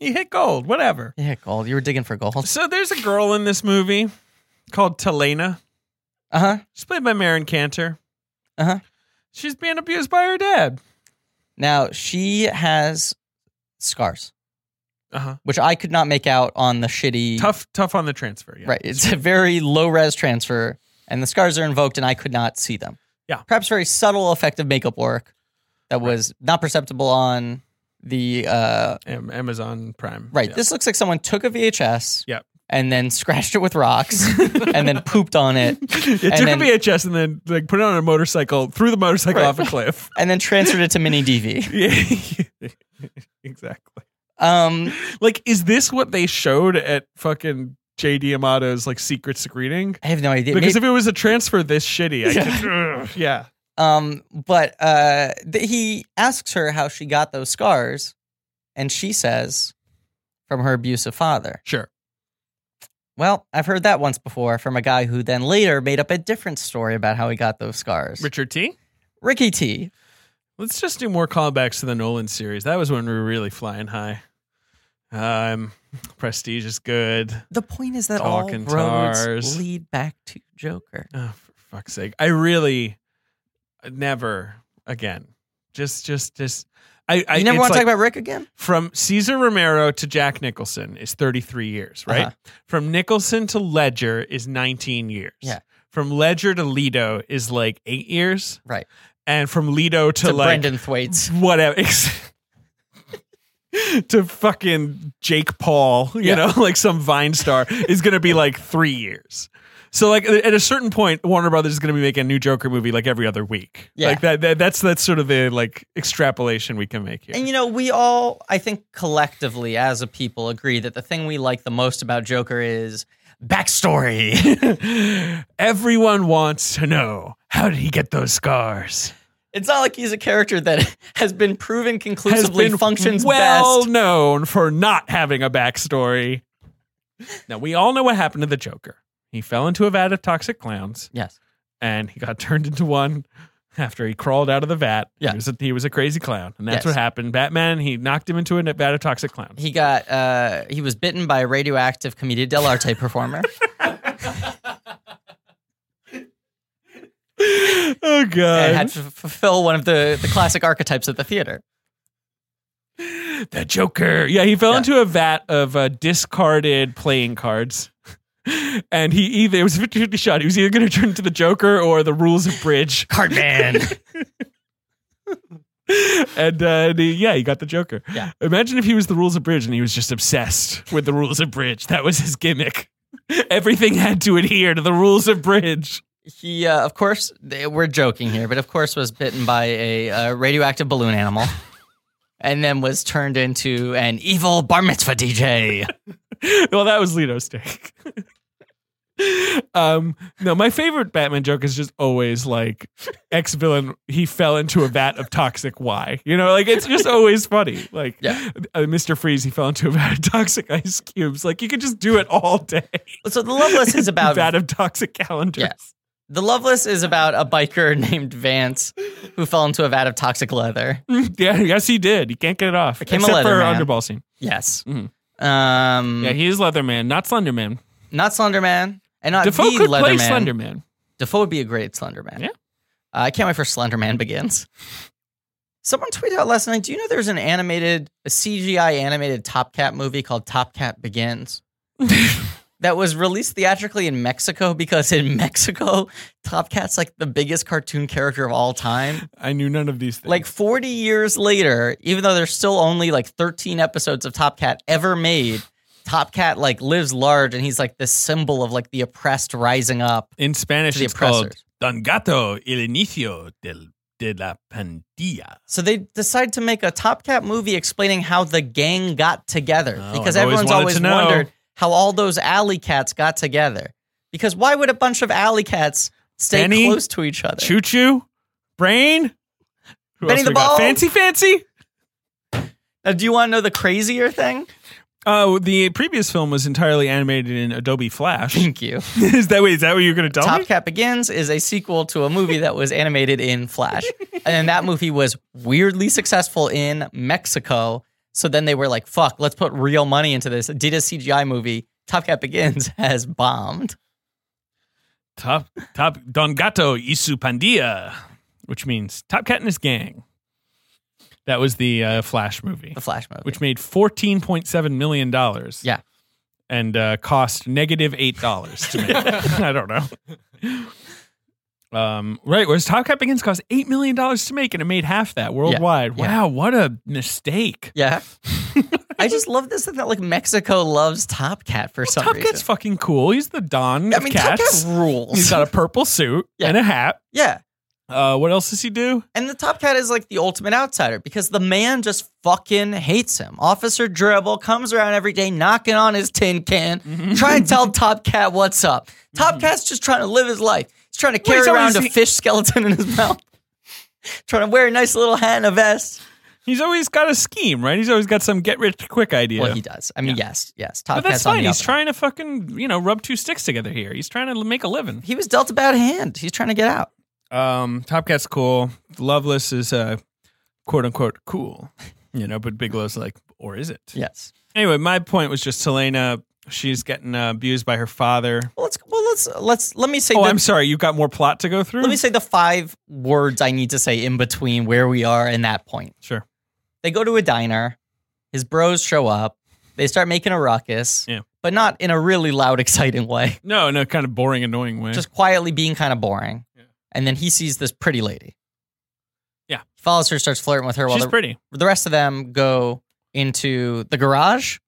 S3: he hit gold, whatever.
S2: You hit gold. You were digging for gold.
S3: So there's a girl in this movie called Telena.
S2: Uh huh.
S3: She's played by Marin Cantor.
S2: Uh-huh.
S3: She's being abused by her dad.
S2: Now, she has scars,
S3: Uh huh.
S2: which I could not make out on the shitty.
S3: Tough, tough on the transfer. Yeah.
S2: Right. It's a very low res transfer, and the scars are invoked, and I could not see them.
S3: Yeah.
S2: Perhaps very subtle, effective makeup work that was not perceptible on the uh,
S3: Am- Amazon Prime.
S2: Right.
S3: Yeah.
S2: This looks like someone took a VHS
S3: Yep.
S2: and then scratched it with rocks and then pooped on it
S3: it took
S2: then-
S3: a VHS and then like put it on a motorcycle, threw the motorcycle
S2: Right.
S3: off a cliff.
S2: and then transferred it to mini DV.
S3: Yeah. exactly.
S2: Um,
S3: Like, is this what they showed at fucking JD Amato's like secret screening?
S2: I have no idea.
S3: Because
S2: Maybe-
S3: if it was a transfer this shitty, I
S2: Yeah.
S3: could, Ugh, yeah.
S2: um, but uh, th- he asks her how she got those scars, and she says, from her abusive father.
S3: Sure.
S2: Well, I've heard that once before from a guy who then later made up a different story about how he got those scars.
S3: Richard T.
S2: Ricky T.
S3: Let's just do more callbacks to the Nolan series. That was when we were really flying high. Um, prestige is good.
S2: The point is that
S3: Talking
S2: all roads
S3: Tars.
S2: lead back to Joker.
S3: Oh, for fuck's sake! I really never again. Just, just, just. I, I
S2: You never
S3: it's like
S2: want to talk about Rick again?
S3: from Caesar Romero to Jack Nicholson is 33 years, right?
S2: Uh-huh.
S3: From Nicholson to Ledger is 19 years.
S2: Yeah.
S3: From Ledger to Leto is like eight years,
S2: Right.
S3: and from Leto to,
S2: To,
S3: like
S2: Brendan Thwaites.
S3: whatever to fucking Jake Paul, you
S2: Yeah.
S3: know, like some Vine star is going to be like 3 years. So like at a certain point Warner Brothers is going to be making a new Joker movie like every other week.
S2: Yeah.
S3: Like that, that that's that's sort of the like extrapolation we can make here.
S2: And you know, we all, I think collectively as a people, agree that the thing we like the most about Joker is backstory.
S3: Everyone wants to know how did he get those scars?
S2: it's not like he's a character that has been proven
S3: Has
S2: conclusively
S3: been
S2: functions
S3: well
S2: best.
S3: known for not having a backstory. Now we all know what happened to the Joker. He fell into a vat of toxic clowns.
S2: Yes.
S3: and he got turned into one after he crawled out of the vat.
S2: Yeah.
S3: He was a, he was a crazy clown. And that's
S2: Yes.
S3: what happened. Batman, he knocked him into a vat of toxic clowns.
S2: He got, uh, he was bitten by a radioactive Commedia dell'arte performer.
S3: oh,
S2: and
S3: God.
S2: had to f- fulfill one of the, the classic archetypes of the theater.
S3: the Joker. Yeah, he fell
S2: Yeah.
S3: into a vat of uh, discarded playing cards. and he either it was a 50-50 shot. He was either going to turn into the Joker or the Rules of Bridge.
S2: Cartman.
S3: and uh, and he- yeah, he got the Joker.
S2: Yeah.
S3: Imagine if he was the Rules of Bridge and he was just obsessed with the Rules of Bridge. That was his gimmick. Everything had to adhere to the Rules of Bridge.
S2: he, uh, of course, they, we're joking here, but of course, was bitten by a uh, radioactive balloon animal, and then was turned into an evil bar mitzvah DJ.
S3: well, that was Leto's take. um, no, my favorite Batman joke is just always like ex villain. He fell into a vat of toxic Y. You know, like it's just always funny. Like
S2: Yeah.
S3: uh, Mr. Freeze, he fell into a vat of toxic ice cubes. Like you could just do it all day.
S2: So the Loveless is about
S3: vat of toxic calendars.
S2: Yes. the Loveless is about a biker named Vance who fell into a vat of toxic leather.
S3: Yeah, yes, he did. He can't get it off.
S2: Became a
S3: Except for
S2: Leatherman.
S3: underball scene.
S2: Yes.
S3: Mhm.
S2: Um,
S3: Yeah, he is Leatherman, not Slenderman.
S2: not Slenderman, and not
S3: Defoe
S2: the
S3: could
S2: Leatherman.
S3: play Slenderman.
S2: Defoe would be a great Slenderman.
S3: Yeah.
S2: Uh, I can't wait for Slenderman begins. Someone tweeted out last night, do you know there's an animated, a CGI animated Top Cat movie called Top Cat Begins? that was released theatrically in Mexico because in Mexico, Top Cat's like the biggest cartoon character of all time.
S3: I knew none of these things.
S2: Like 40 years later, even though there's still only like 13 episodes of Top Cat ever made, Top Cat like lives large and he's like this symbol of like the oppressed rising up.
S3: In Spanish,
S2: to the
S3: it's called
S2: oppressors.
S3: Don Gato el inicio del, de la pandilla.
S2: So they decide to make a Top Cat movie explaining how the gang got together
S3: Oh,
S2: because
S3: I've always
S2: everyone's
S3: wanted
S2: always,
S3: to know.
S2: wondered how all those alley cats got together. Because why would a bunch of alley cats stay
S3: Benny,
S2: close to each other?
S3: Choo choo, brain. Who else
S2: Benny the
S3: we got?
S2: Ball.
S3: Fancy, fancy.
S2: Uh, do you want to know the crazier thing?
S3: Oh, the previous film was entirely animated in Adobe Flash.
S2: Thank you.
S3: is that wait? Is that what you're going to tell
S2: Top
S3: me?
S2: Cat Begins is a sequel to a movie that was animated in Flash. and then that movie was weirdly successful in Mexico. So then they were like, fuck, let's put real money into this. Did a CGI movie. Top Cat Begins has bombed.
S3: Top, top Don Gato y su pandilla, which means Top Cat and his gang. That was the uh, Flash movie,
S2: The Flash movie.
S3: which made fourteen point seven million dollars.
S2: Yeah.
S3: and uh, cost negative eight dollars to make. I don't know. Um, right, whereas Top Cat Begins cost eight million dollars to make, and it made half that worldwide.
S2: yeah.
S3: Wow, what a mistake!
S2: Yeah. I just love this thing that like Mexico loves Top Cat for some
S3: Top
S2: reason.
S3: Cat's fucking cool. He's the Don
S2: I
S3: of
S2: mean,
S3: cats.
S2: Top Cat rules.
S3: He's got a purple suit
S2: Yeah.
S3: and a hat.
S2: yeah.
S3: Uh, what else does he do?
S2: And the Top Cat is like the ultimate outsider because the man just fucking hates him. Officer Dribble comes around every day knocking on his tin can,
S3: Mm-hmm.
S2: trying to tell Top Cat what's up. Top Cat's just trying to live his life. He's trying to carry
S3: he's
S2: around
S3: always-
S2: a
S3: he-
S2: fish skeleton in his mouth, trying to wear a nice little hat and a vest.
S3: He's always got a scheme, right? He's always got some get rich quick idea.
S2: Well, he does. I mean, yes, yes. Top
S3: but that's
S2: Cat's on
S3: fine.
S2: the
S3: He's
S2: up and up.
S3: trying to fucking you know rub two sticks together here. He's trying to make a living.
S2: He was dealt a bad hand. He's trying to get out.
S3: Um, Top Cat's cool. Loveless is uh, quote unquote cool, you know. But Bigelow's like, or is it?
S2: Yes.
S3: Anyway, my point was just Selena. She's getting uh, abused by her father.
S2: Well, let's well let's let's let me say
S3: Oh,
S2: the,
S3: I'm sorry. You got more plot to go through.
S2: let me say the five words I need to say in between where we are and that point.
S3: sure.
S2: They go to a diner, his bros show up, they start making a ruckus,
S3: Yeah.
S2: but not in a really loud, exciting way.
S3: No, no, kind of boring, annoying way.
S2: Just quietly being kind of boring. And then he sees this pretty lady.
S3: Yeah.
S2: Follows her, starts flirting with her while
S3: she's
S2: the,
S3: pretty.
S2: the rest of them go into the garage.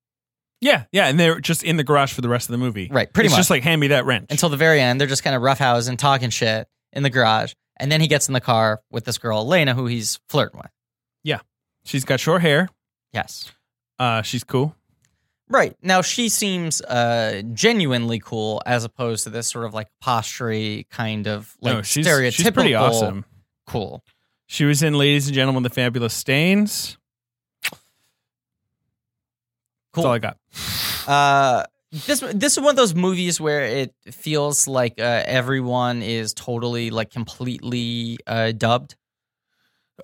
S3: Yeah, yeah, and they're just in the garage for the rest of the movie.
S2: Right, pretty
S3: it's
S2: much.
S3: just like hand me that wrench.
S2: until the very end. They're just kind of roughhouse and talking shit in the garage. And then he gets in the car with this girl, Elena, who he's flirting with.
S3: she's got short hair.
S2: Yes.
S3: Uh, she's cool.
S2: Right. Now she seems uh genuinely cool as opposed to this sort of like postury kind of like
S3: no, she's
S2: stereotypical
S3: she's pretty awesome.
S2: cool.
S3: She was in Ladies and Gentlemen, The Fabulous Stains.
S2: Cool.
S3: That's all I got.
S2: Uh this this is one of those movies where it feels like uh, everyone is totally like completely uh, dubbed.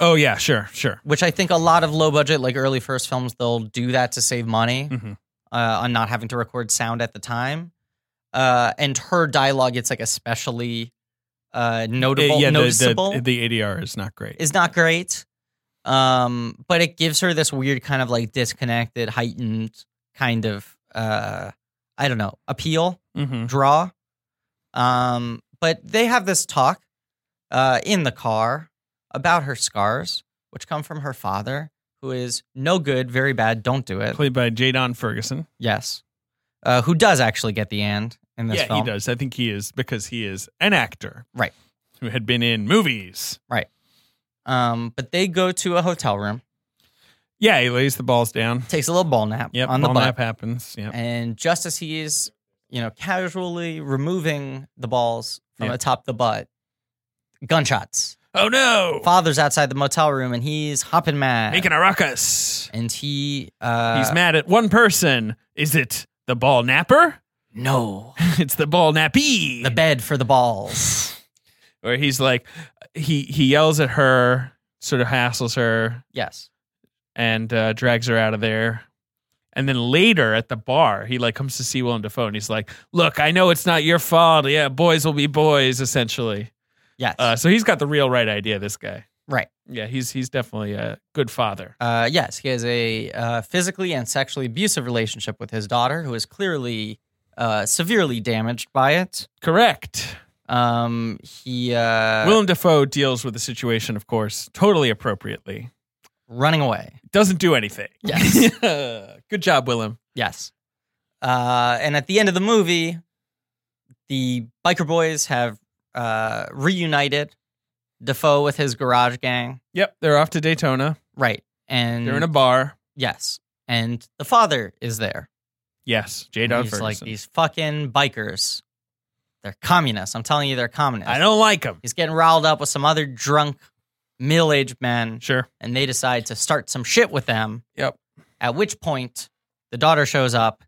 S3: Oh yeah, sure, sure.
S2: which I think a lot of low budget, like early first films, they'll do that to save money
S3: Mhm.
S2: uh, on not having to record sound at the time. Uh, and her dialogue, it's like especially uh, notable,
S3: Eh, yeah,
S2: noticeable,
S3: The, the, the ADR is not great.
S2: is not great. Um, but it gives her this weird kind of like disconnected, heightened kind of uh, I don't know appeal.
S3: Mm-hmm.
S2: draw. Um, but they have this talk uh, in the car about her scars, which come from her father, who is no good, very bad, don't do it.
S3: Played by Jadon Ferguson.
S2: Yes. Uh, who does actually get the end in this
S3: Yeah,
S2: film.
S3: he does. I think he is because he is an actor.
S2: Right. Um, but they go to a hotel room,
S3: Yeah, he lays the balls down.
S2: takes a little ball nap
S3: Yep.
S2: on the
S3: ball
S2: butt,
S3: nap happens. Yep.
S2: and just as he is, you know, casually removing the balls from
S3: Yeah.
S2: atop the butt, gunshots.
S3: Oh no!
S2: Father's outside the motel room and he's hopping mad.
S3: Making a ruckus.
S2: and he uh
S3: He's mad at one person. Is it the ball napper?
S2: no
S3: it's the ball nappy.
S2: the bed for the balls
S3: Where he's like, he he yells at her, sort of hassles her,
S2: yes
S3: and uh, drags her out of there. And then later at the bar, he like comes to see Willem Dafoe, and he's like, "Look, I know it's not your fault. Yeah, boys will be boys, essentially."
S2: yes
S3: Uh, so he's got the real right idea. This guy,
S2: right
S3: yeah, he's he's definitely a good father.
S2: uh yes he has a uh, physically and sexually abusive relationship with his daughter who is clearly uh severely damaged by it
S3: Correct.
S2: um he uh
S3: Willem Dafoe deals with the situation, of course, totally appropriately.
S2: running away
S3: Doesn't do anything.
S2: Yes.
S3: Good job, Willem.
S2: yes uh and at the end of the movie the biker boys have uh reunited defoe with his garage gang
S3: Yep, they're off to Daytona.
S2: right and
S3: They're in a bar.
S2: Yes. And the father is there.
S3: Yes, J.
S2: And
S3: Don
S2: he's
S3: Ferguson.
S2: like, these fucking bikers. They're communists. I'm telling you, they're communists.
S3: I don't like him.
S2: He's getting riled up with some other drunk middle aged men,
S3: Sure.
S2: and they decide to start some shit with them.
S3: Yep.
S2: At which point, the daughter shows up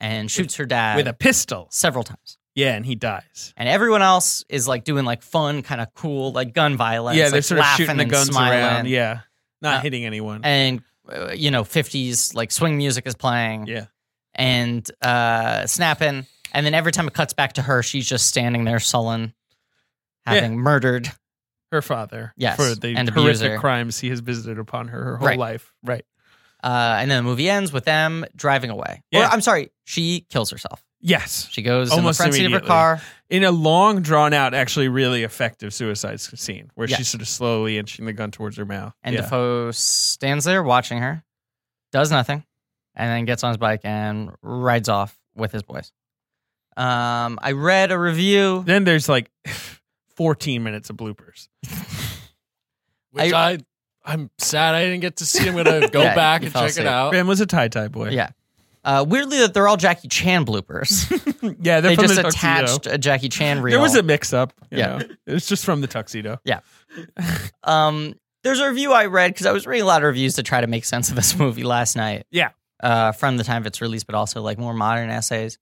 S2: and shoots her dad
S3: With a pistol.
S2: several times.
S3: Yeah, and he dies.
S2: And everyone else is like doing like fun, kind of cool, like gun violence.
S3: yeah, they're
S2: like,
S3: sort of
S2: laughing
S3: shooting the
S2: and
S3: guns
S2: smiling.
S3: around. Yeah, not
S2: Uh,
S3: hitting anyone.
S2: And, uh, you know, 50s like swing music is playing.
S3: yeah.
S2: and uh, snapping. And then every time it cuts back to her, she's just standing there sullen, having murdered.
S3: Her father.
S2: Yes,
S3: For the
S2: and
S3: horrific
S2: abuser.
S3: crimes he has visited upon her her whole
S2: Right.
S3: life. Right.
S2: Uh, and then the movie ends with them driving away.
S3: Yeah.
S2: Or, I'm sorry, she kills herself.
S3: Yes.
S2: She goes
S3: Almost
S2: in the front seat of her
S3: immediately.
S2: car.
S3: in a long drawn out actually really effective suicide s- scene where
S2: Yes.
S3: she's sort of slowly inching the gun towards her mouth
S2: And
S3: yeah.
S2: Defoe stands there watching her, does nothing, and then gets on his bike and rides off with his boys. Um, I read a review.
S3: then there's like 14 minutes of bloopers
S4: Which
S2: I-
S4: I, I am sad I didn't get to see. I'm gonna go
S2: Yeah,
S4: back
S2: you
S4: and
S2: fell
S4: check
S2: asleep.
S4: it out.
S3: ben was a tie-tie boy
S2: Oh. Yeah. Uh, weirdly, that they're all Jackie Chan bloopers.
S3: yeah they're
S2: they
S3: from
S2: just
S3: the
S2: attached
S3: tuxedo.
S2: a Jackie Chan reel.
S3: there was a mix-up you
S2: Yeah.
S3: yeah it's just from the tuxedo
S2: Um, there's a review I read because I was reading a lot of reviews to try to make sense of this movie last night.
S3: Yeah.
S2: Uh, from the time of its release, but also like more modern essays.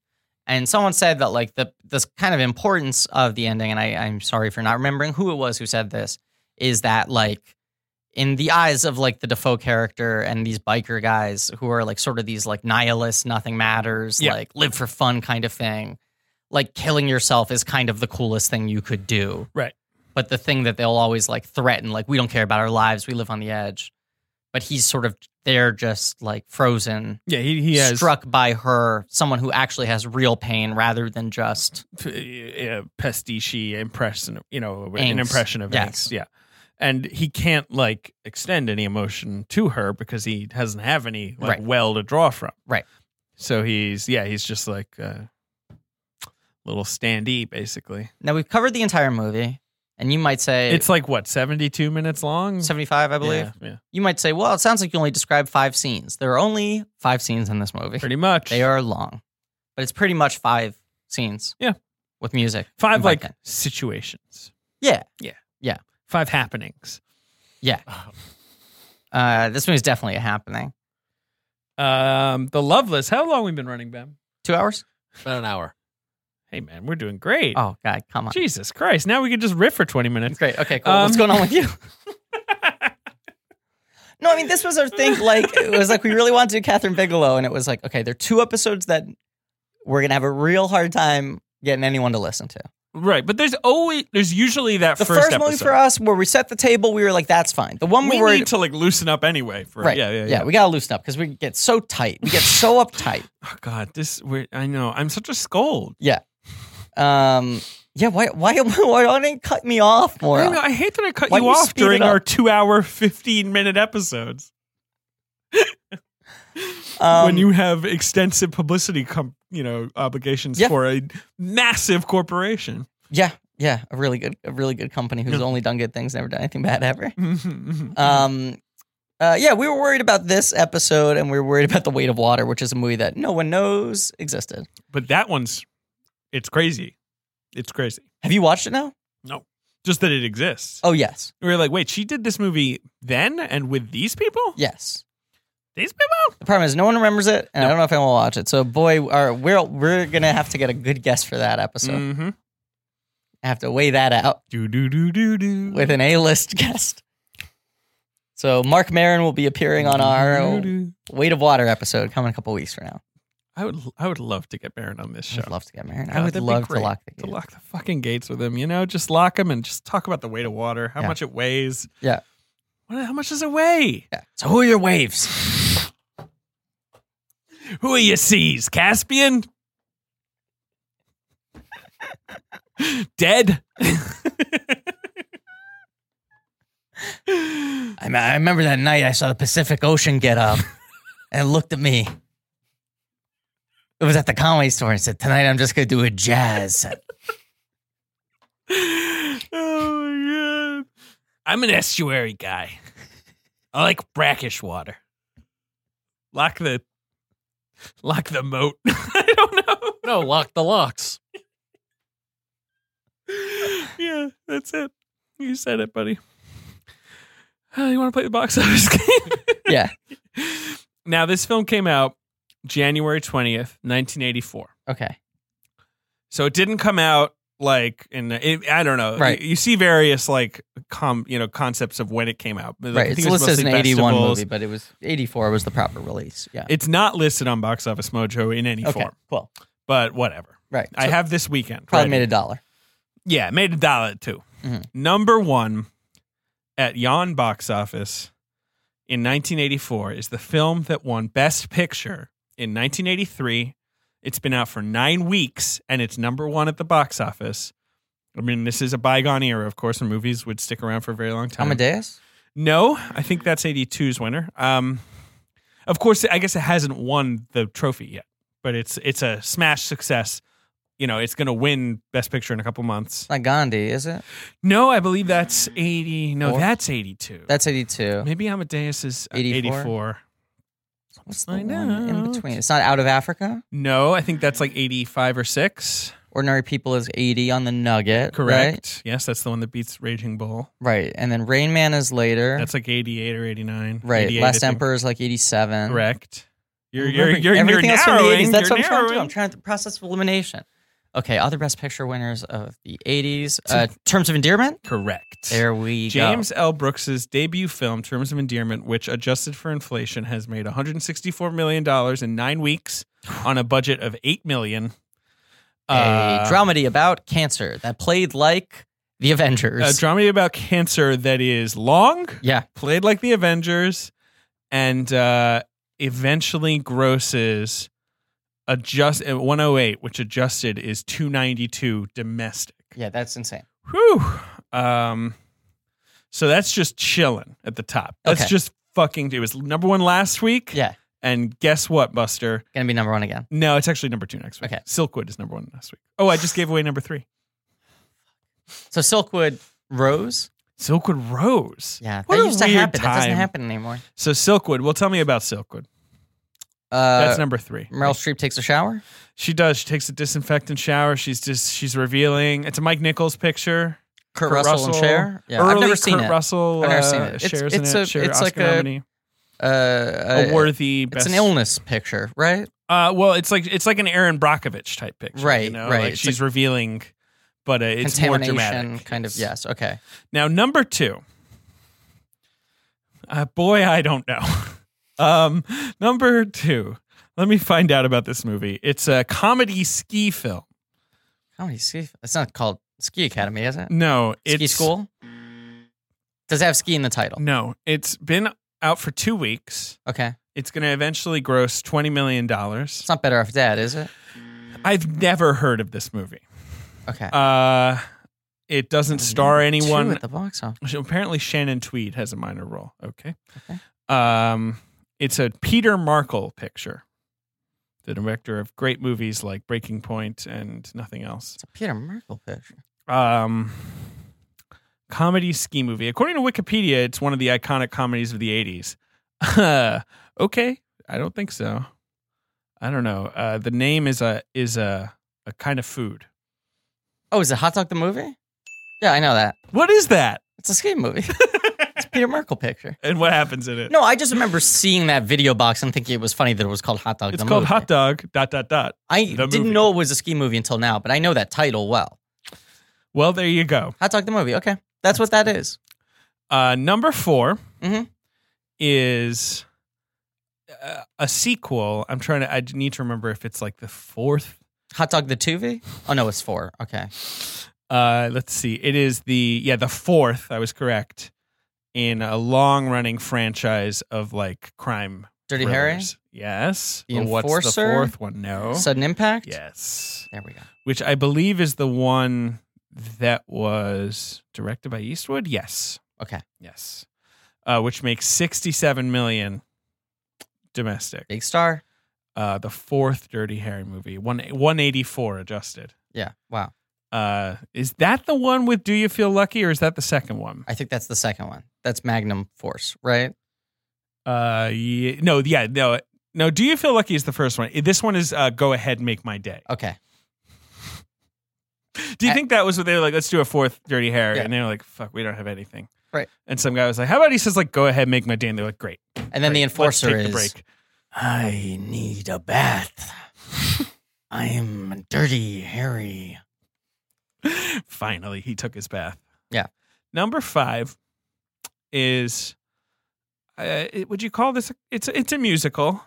S2: And someone said that like the this kind of importance of the ending, and I, I'm sorry for not remembering who it was who said this, is that like in the eyes of like the Defoe character and these biker guys who are like sort of these like nihilists, nothing matters,
S3: Yeah.
S2: like live for fun kind of thing. Like killing yourself is kind of the coolest thing you could do but the thing that they'll always like threaten like we don't care about our lives we live on the edge but he's sort of they're just like frozen
S3: yeah he, he has
S2: struck by her someone who actually has real pain rather than just
S3: p- a pastiche impression you know
S2: Angst.
S3: an impression of
S2: Yes.
S3: angst yeah and he can't like extend any emotion to her because he doesn't have any like
S2: Right.
S3: well to draw from
S2: Right.
S3: so he's yeah he's just like a little standee basically
S2: now we've covered the entire movie and you might say
S3: it's like what 72 minutes long
S2: 75 i believe
S3: yeah, yeah.
S2: you might say well it sounds like you only described five scenes there are only five scenes in this movie
S3: pretty much
S2: they are long but it's pretty much five scenes
S3: Yeah.
S2: with music
S3: five
S2: and
S3: like
S2: biking.
S3: situations
S2: yeah
S3: five happenings
S2: uh, this movie's definitely a happening
S3: um the loveless how long we been running ben
S2: two hours
S4: About an hour.
S3: hey man we're doing great
S2: oh god come on
S3: jesus christ now we could just riff for 20 minutes
S2: Great. Okay. Cool.
S3: Um,
S2: What's going on with you? no, I mean this was our thing. Like it was like we really wanted to do Catherine Bigelow, and it was like okay, there are two episodes that we're gonna have a real hard time getting anyone to listen to.
S3: Right, but there's always there's usually that
S2: The
S3: first,
S2: first, movie
S3: episode.
S2: for us where we set the table, we were like, that's fine. The one
S3: we
S2: where
S3: need to like loosen up anyway. For
S2: right,
S3: yeah, yeah, yeah.
S2: we gotta loosen up because we get so tight, we get so uptight.
S3: Oh God, this we're, I know I'm such a scold.
S2: Yeah, um, yeah. Why, why, why don't they cut me off more?
S3: I know I hate that I cut
S2: uh, Why
S3: you
S2: don't you
S3: off
S2: speed it
S3: during
S2: up?
S3: our two hour fifteen minute episodes
S2: Um,
S3: when you have extensive publicity, com- you know, obligations
S2: Yeah.
S3: for a massive corporation.
S2: yeah, yeah, a really good, a really good company who's
S3: Yeah.
S2: only done good things, never done anything bad ever.
S3: uh,
S2: Um, uh, yeah, we were worried about this episode, and we were worried about the weight of water, which is a movie that no one knows existed.
S3: but that one's it's crazy. It's crazy.
S2: Have you watched it now?
S3: Just that it exists.
S2: Oh yes,
S3: We were like, wait, she did this movie then and with these people?
S2: yes.
S3: These people?
S2: The problem is no one remembers it, and I don't know if anyone will watch it. So, boy, our, we're we're gonna have to get a good guess for that episode.
S3: Mm-hmm.
S2: I have to weigh that out
S3: Do do do do do.
S2: with an A-list guest. So, Mark Marin will be appearing on our
S3: Do-do-do.
S2: Weight of Water episode coming a couple weeks from now.
S3: I would I would love to get Baron on this show.
S2: I'd love to get Marin.
S3: God,
S2: I would
S3: Oh, that'd be
S2: love to
S3: great.
S2: lock the
S3: to
S2: gate.
S3: lock the fucking gates with him. You know, just lock him and just talk about the weight of water, how
S2: Yeah.
S3: much it weighs.
S2: Yeah.
S3: What, how much does it weigh?
S2: Yeah. So, who are your waves?
S3: Who are you seas? Caspian? Dead?
S2: I, me- I remember that night I saw the Pacific Ocean get up and it looked at me. It was at the Conway store and said, "Tonight I'm just gonna do a jazz." set."
S3: oh my god. I'm an estuary guy. I like brackish water. Lock the lock the moat. I don't know.
S4: No, lock the locks.
S3: yeah, that's it. You said it, buddy. Uh, you want to play the box office game?
S2: yeah.
S3: now, this film came out January 20th, 1984.
S2: Okay.
S3: So it didn't come out like in it, I don't know.
S2: Right.
S3: You, you see various like com you know concepts of when it came out. Like, I
S2: Right.
S3: think
S2: It's
S3: it was
S2: listed as an
S3: mostly
S2: 81
S3: festivals.
S2: movie, but it was 84 was the proper release. Yeah.
S3: It's not listed on Box Office Mojo in any
S2: okay.
S3: form,
S2: Cool.
S3: but whatever.
S2: Right.
S3: I
S2: So
S3: have this weekend.
S2: probably
S3: ready.
S2: made a dollar.
S3: Yeah, made a dollar too.
S2: Mhm.
S3: Number one at Yon box office in 1984 is the film that won Best Picture in 1983. It's been out for nine weeks and it's number one at the box office. I mean, this is a bygone era, of course, when movies would stick around for a very long time.
S2: Amadeus?
S3: No, I think that's 82's winner. Um, of course, I guess it hasn't won the trophy yet, but it's it's a smash success. You know, it's going to win Best Picture in a couple months.
S2: It's not Gandhi, is it?
S3: No, I believe that's 80. No,
S2: Four?
S3: that's 82.
S2: That's 82.
S3: Maybe Amadeus is uh,
S2: 84?
S3: 84.
S2: What's the
S3: I
S2: one
S3: know.
S2: in between? It's not Out of Africa.
S3: No, I think that's like 85 or 6.
S2: Ordinary People is 80 on the Nugget.
S3: Correct. Yes, that's the one that beats Raging Bull.
S2: Right. right. And then Rain Man is later.
S3: That's like 88 or 89.
S2: right.
S3: 88, I
S2: Last
S3: think.
S2: Emperor is like 87.
S3: Correct. You're,
S2: I'm
S3: you're,
S2: remembering
S3: you're, you're
S2: everything else from the 80s.
S3: narrowing.
S2: That's
S3: you're
S2: what I'm trying to do.
S3: narrowing.
S2: I'm trying to process of elimination. Okay. Other Best Picture winners of the 80s. Uh, Terms of Endearment?
S3: Correct.
S2: There we go.
S3: James L. Brooks's debut film, Terms of Endearment, which adjusted for inflation, has made 164 million dollars in nine weeks on a budget of eight million. Uh,
S2: a dramedy about cancer that played like the Avengers.
S3: a dramedy Uh, about cancer that is long,
S2: yeah,
S3: played like the Avengers, and uh, eventually grosses adjust uh, at 108, which adjusted is 292 domestic.
S2: yeah, that's insane.
S3: Whew. Um, so that's just chilling at the top. That's
S2: Okay.
S3: just fucking. It was number one last week.
S2: Yeah,
S3: And guess what, Buster?
S2: gonna be number one again.
S3: No, it's actually number two next week.
S2: Okay.
S3: Silkwood is number one last week. Oh, I just gave away number three.
S2: So Silkwood Rose.
S3: Silkwood Rose.
S2: Yeah,
S3: What
S2: that
S3: a
S2: used to
S3: weird
S2: happen. That doesn't
S3: time.
S2: happen anymore.
S3: So Silkwood. Well, tell me about Silkwood.
S2: Uh,
S3: That's number three.
S2: Meryl Streep takes a shower.
S3: She does. She takes a disinfectant shower. She's just. She's revealing. It's a Mike Nichols picture.
S2: Kurt, Russell, and Cher. Yeah,
S3: Early
S2: I've never seen
S3: Kurt
S2: it.
S3: Russell.
S2: I've never
S3: uh,
S2: seen it. It's-
S3: Cher's
S2: it's
S3: in
S2: a-
S3: it. Cher,
S2: it's
S3: Oscar
S2: like a-
S3: nominee.
S2: Uh, uh,
S3: a worthy.
S2: It's
S3: best.
S2: an illness picture, right?
S3: Uh, well, it's like it's like an Aaron Brockovich type picture, You
S2: Right,
S3: know?
S2: right.
S3: Like
S2: It's
S3: she's revealing, but uh, it's more
S2: Contamination,
S3: dramatic.
S2: kind of. Yes. Okay.
S3: Now, number two. Uh, boy, I don't know. um, number two. Let me find out about this movie. It's a comedy ski film.
S2: Comedy ski. It's not called Ski Academy, is it?
S3: No, it's
S2: Ski School? Does it have ski in the title?
S3: No, it's been out for two weeks.
S2: Okay.
S3: It's going to eventually gross twenty million dollars.
S2: It's not Better Off Dead, is it?
S3: I've never heard of this movie.
S2: Okay. Mm,
S3: Uh, it doesn't star anyone
S2: Two at the box office.
S3: apparently Shannon Tweed has a minor role. Okay.
S2: Okay.
S3: Um, it's a Peter Markle picture, the director of great movies like Breaking Point and nothing else.
S2: It's a Peter Merkel picture.
S3: Um, comedy ski movie. According to Wikipedia, it's one of the iconic comedies of the 80s. okay. I don't think so. I don't know. Uh, the name is a is a, a kind of food.
S2: Oh, is it Hot Dog the movie? Yeah, I know that.
S3: What is that?
S2: It's a ski movie. it's a Peter Merkel picture.
S3: And what happens in it?
S2: No, I just remember seeing that video box and thinking it was funny that it was called Hot Dog.
S3: it's
S2: the
S3: called
S2: movie.
S3: hot dog dot dot dot.
S2: I
S3: The
S2: didn't
S3: Movie.
S2: know it was a ski movie until now, but I know that title well.
S3: Well, there you go.
S2: Hot Dog the movie. Okay, that's what that is.
S3: Uh, number 4
S2: Mhm.
S3: is uh, a sequel. I'm trying to. I need to remember if it's like the fourth.
S2: Hot Dog the two V. Oh no, it's four. Okay,
S3: Uh, let's see. It is the yeah the fourth. I was correct in a long running franchise of like crime.
S2: Dirty
S3: thrillers. Yes.
S2: The
S3: But What's the
S2: Enforcer?
S3: fourth one? No.
S2: Harry. Sudden Impact.
S3: yes.
S2: There we go.
S3: Which I believe is the one that was directed by Eastwood. Yes.
S2: Okay,
S3: Yes. Uh, which makes 67 million domestic.
S2: big star.
S3: Uh, the fourth Dirty Harry movie, one, 184 adjusted.
S2: Yeah. Wow.
S3: Uh, is that the one with Do You Feel Lucky or is that the second one?
S2: I think that's the second one. That's Magnum Force, right?
S3: Uh, yeah, no, yeah, no. No, Do You Feel Lucky is the first one. This one is uh, Go Ahead, Make My Day.
S2: Okay.
S3: Do you
S2: I-
S3: think that was what they were like, let's do a fourth Dirty Harry?
S2: Yeah.
S3: And they were like, fuck, we don't have anything.
S2: Right.
S3: And some guy was like, how about he says, like, go ahead, make my day? And they're like, great.
S2: And then
S3: great.
S2: the
S3: Let's
S2: enforcer
S3: take
S2: is.
S3: the break.
S2: I need a bath. I am dirty, hairy.
S3: Finally, he took his bath.
S2: Yeah.
S3: Number five is, uh, it- would you call this? a- It's a- it's a musical,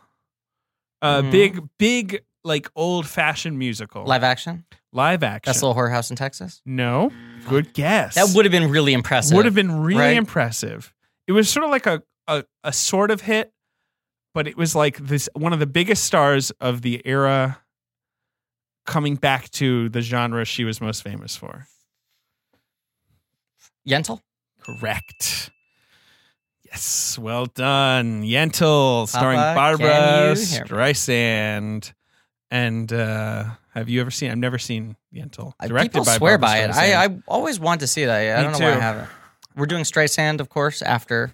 S3: uh,
S2: Mhm.
S3: big big like old fashioned musical,
S2: Live action?
S3: live action.
S2: That's a little whorehouse in Texas?
S3: no, good guess.
S2: That would have been really impressive.
S3: would have been really
S2: right?
S3: impressive. It was sort of like a, a a sort of hit, but it was like this one of the biggest stars of the era coming back to the genre she was most famous for.
S2: Yentl?
S3: Correct. Yes, well done. Yentl, starring
S2: Papa,
S3: Barbara
S2: can you hear me?
S3: Streisand. And uh, have you ever seen? I've never seen Yentl.
S2: I-
S3: Directed
S2: Uh, People
S3: by
S2: swear
S3: Barbra
S2: by it.
S3: Streisand.
S2: I, I always want to see it. I, I
S3: Me
S2: don't know why I
S3: too.
S2: haven't. We're doing Streisand, of course, after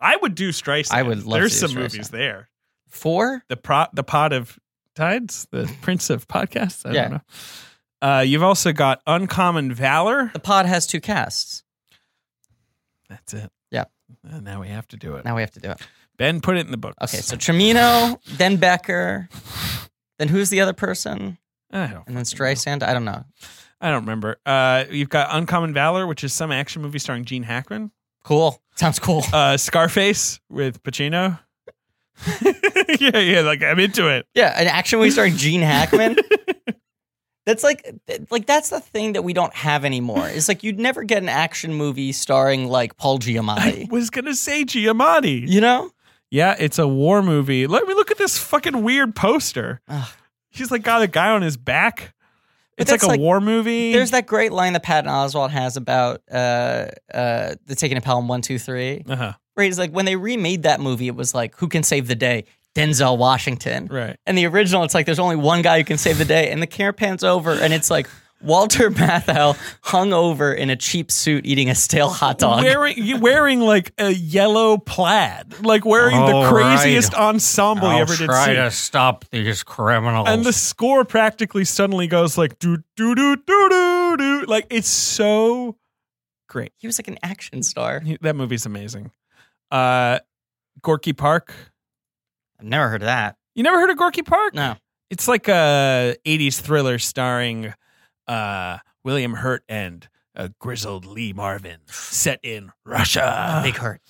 S3: I would do Streisand.
S2: I would love
S3: There's
S2: to do
S3: some movies
S2: Streisand.
S3: there.
S2: four.
S3: The pro, the pod of tides, the prince of podcasts. I
S2: Yeah.
S3: don't know. Uh, you've also got Uncommon Valor.
S2: The pod has two casts.
S3: That's it.
S2: Yep.
S3: And now we have to do it.
S2: Now we have to do it.
S3: Ben, put it in the books.
S2: Okay, so Tremino, then Becker, then who's the other person?
S3: I don't
S2: And then
S3: fucking know.
S2: Streisand? I don't know.
S3: I don't remember. Uh, you've got Uncommon Valor, which is some action movie starring Gene Hackman.
S2: Cool. Sounds cool.
S3: Uh, Scarface with Pacino. yeah, yeah, like I'm into it.
S2: Yeah, an action movie starring Gene Hackman. that's like, like that's the thing that we don't have anymore. It's like you'd never get an action movie starring like Paul
S3: I
S2: Giamatti.
S3: was gonna say Giamatti.
S2: you know?
S3: Yeah, it's a war movie. Let me look at this fucking weird poster.
S2: Ugh.
S3: He's like got a guy on his back.
S2: But
S3: It's like a
S2: that's like-
S3: war movie.
S2: There's that great line that Patton Oswald has about uh, uh, the Taking a Pelham one two three,
S3: uh-huh.
S2: where he's like, when they remade that movie, it was like, who can save the day? Denzel Washington.
S3: right.
S2: And the original, it's like there's only one guy who can save the day, and the camera pans over, and it's like. Walter Matthau hung over in a cheap suit eating a stale hot dog.
S3: Wearing you wearing like a yellow plaid, like wearing
S2: Oh,
S3: the
S4: All right.
S3: craziest ensemble you ever did see.
S4: stop these criminals.
S3: and the score practically suddenly goes like do do do do do do like it's so great
S2: He was like an action star.
S3: that movie's amazing uh gorky park
S2: I've never heard of that.
S3: you never heard of gorky park
S2: No.
S3: it's like a 80s thriller starring uh william hurt and a grizzled lee marvin set in russia
S2: Big Hurt.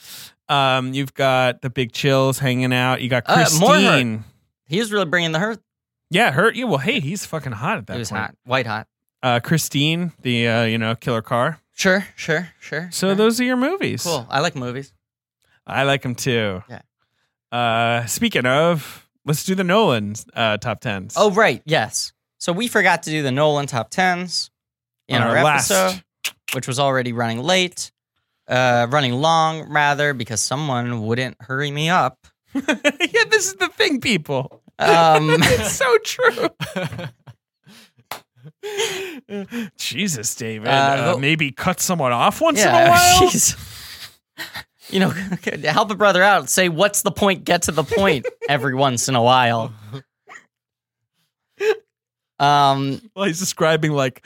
S3: um you've got the big chills hanging out you got
S2: Ah. Uh, more Hurt.
S3: christine
S2: He was really bringing the hurt.
S3: yeah hurt you well hey he's fucking hot at that
S2: He was
S3: point
S2: hot. White hot.
S3: uh, Christine, the uh, you know killer car.
S2: Sure, sure, sure.
S3: So
S2: sure.
S3: those are your movies.
S2: cool. I like movies.
S3: I like them too.
S2: Yeah.
S3: Uh, speaking of, let's do the Nolan uh, top tens.
S2: Oh right, yes. So we forgot to do the Nolan top tens in
S3: On
S2: our,
S3: our last.
S2: episode, which was already running late, uh, running long rather, because someone wouldn't hurry me up.
S3: yeah, this is the thing, people.
S2: Um,
S3: It's so true. Jesus, David.
S2: Uh,
S3: Uh,
S2: the-
S3: maybe cut someone off once in a
S2: yeah,
S3: while.
S2: jeez. You know, help a brother out. Say, what's the point? Get to the point every once in a while. Um,
S3: Well, he's describing like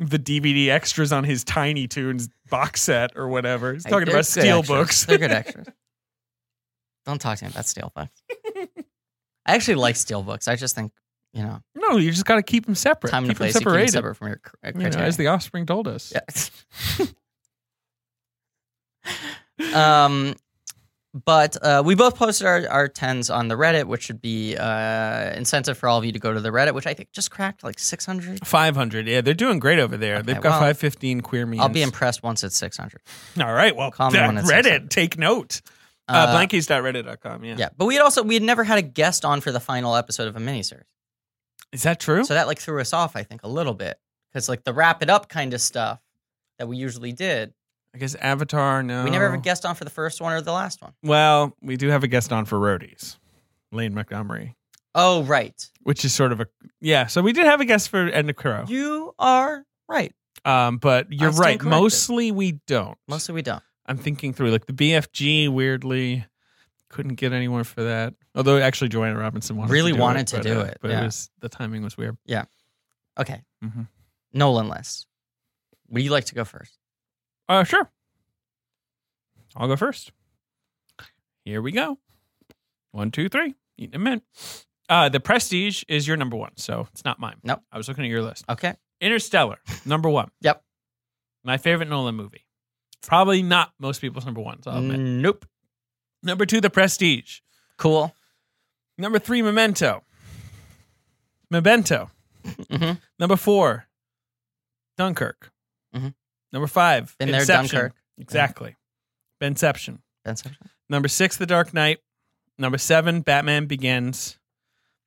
S3: the DVD extras on his Tiny Toons box set or whatever. He's talking
S2: They're
S3: about
S2: good
S3: steel
S2: extras.
S3: books.
S2: They're good extras. Don't talk to me about steel books. I actually like steel books. I just think you know
S3: No, you just got to keep them separate.
S2: time and
S3: keep
S2: a place.
S3: them
S2: You keep
S3: separated.
S2: it separate from your cr- uh,
S3: You know,
S2: criteria.
S3: as the offspring told us.
S2: Yeah. um, but uh, we both posted our, our tens on the Reddit, which should be uh, incentive for all of you to go to the Reddit, which I think just cracked like six hundred.
S3: Five hundred. Yeah, they're doing great over there.
S2: Okay,
S3: They've got
S2: well,
S3: five fifteen queer memes.
S2: I'll be impressed once it's six hundred.
S3: All right. Well,
S2: Call me
S3: that
S2: when it's
S3: Reddit.
S2: accepted.
S3: Take note. Uh, Blankies.reddit.com. Yeah.
S2: Uh, yeah, but we had also we had never had a guest on for the final episode of a miniseries.
S3: Is that true?
S2: So that like threw us off, I think, a little bit because like the wrap it up kind of stuff that we usually did,
S3: I guess Avatar. No.
S2: we never have a guest on for the first one or the last one.
S3: Well, we do have a guest on for roadies, Lane Montgomery,
S2: Oh, right.
S3: which is sort of a yeah. So we did have a guest for End of Crow.
S2: You are right.
S3: Um, but you're
S2: stand
S3: right.
S2: corrected.
S3: Mostly we don't.
S2: Mostly we don't.
S3: I'm thinking through like the BFG. Weirdly, couldn't get anyone for that. Although actually, Joanna Robinson wanted
S2: Really
S3: to do
S2: wanted
S3: it,
S2: to
S3: but,
S2: do
S3: uh,
S2: it,
S3: but
S2: yeah.
S3: it was the timing was weird.
S2: Okay.
S3: Mhm.
S2: Nolan less. Would you like to go first?
S3: Uh, sure. I'll go first. Here we go. One, two, three. Eating a mint. Uh, the Prestige is your number one, so it's not mine.
S2: Nope.
S3: I was looking at your list.
S2: Okay.
S3: Interstellar, number one.
S2: Yep.
S3: My favorite Nolan movie. Probably not most people's number one. So I'll admit.
S2: nope.
S3: Number two, The Prestige.
S2: Cool.
S3: Number three, Memento. Memento.
S2: Mhm.
S3: Number four, Dunkirk.
S2: Mhm.
S3: Number five,
S2: Been there,
S3: Inception.
S2: Dunkirk.
S3: Exactly. Benception.
S2: Ben Simpson?
S3: Number six, The Dark Knight. Number seven, Batman Begins.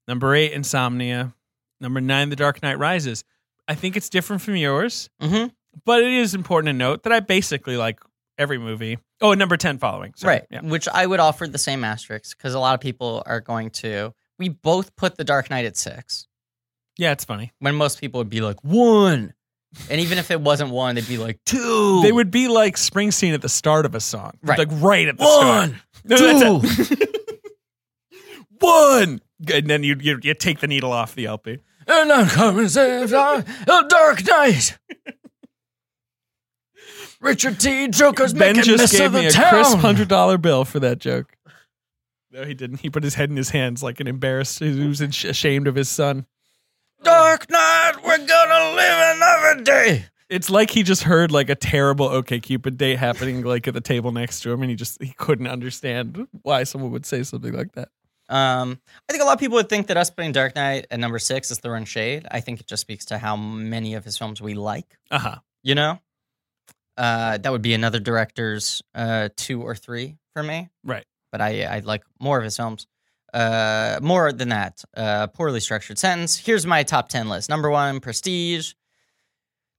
S3: Number eight, Insomnia. Number nine, The Dark Knight Rises. I think it's different from yours,
S2: Mhm.
S3: but it is important to note that I basically like every movie. Oh, and number 10 following. Sorry.
S2: Right.
S3: Yeah.
S2: Which I would offer the same asterisk because a lot of people are going to. We both put The Dark Knight at six
S3: yeah, it's funny.
S2: when most people would be like, one. And even if it wasn't one, they'd be like, two.
S3: They would be like Springsteen at the start of a song.
S2: Right.
S3: Like right at the start.
S4: One,
S3: No, that's it. One. And then you, you you take the needle off the LP.
S4: and I'm coming safe. I- A dark night. Richard T. Joker's
S3: Ben
S4: making
S3: just
S4: mess
S3: gave
S4: of
S3: me
S4: the
S3: a crisp
S4: town.
S3: hundred dollar bill for that joke. No, he didn't. He put his head in his hands like an embarrassed. He was ash- ashamed of his son.
S4: Dark night, we're gonna live another day.
S3: It's like he just heard like a terrible OK Cupid date happening like at the table next to him, and he just he couldn't understand why someone would say something like that.
S2: Um, I think a lot of people would think that us putting Dark Knight at number six is throwing shade. I think it just speaks to how many of his films we like.
S3: Uh huh.
S2: You know, uh, that would be another director's uh, two or three for me.
S3: Right.
S2: But I I like more of his films. Uh, more than that, uh, poorly structured sentence. Here's my top ten list. Number one, Prestige.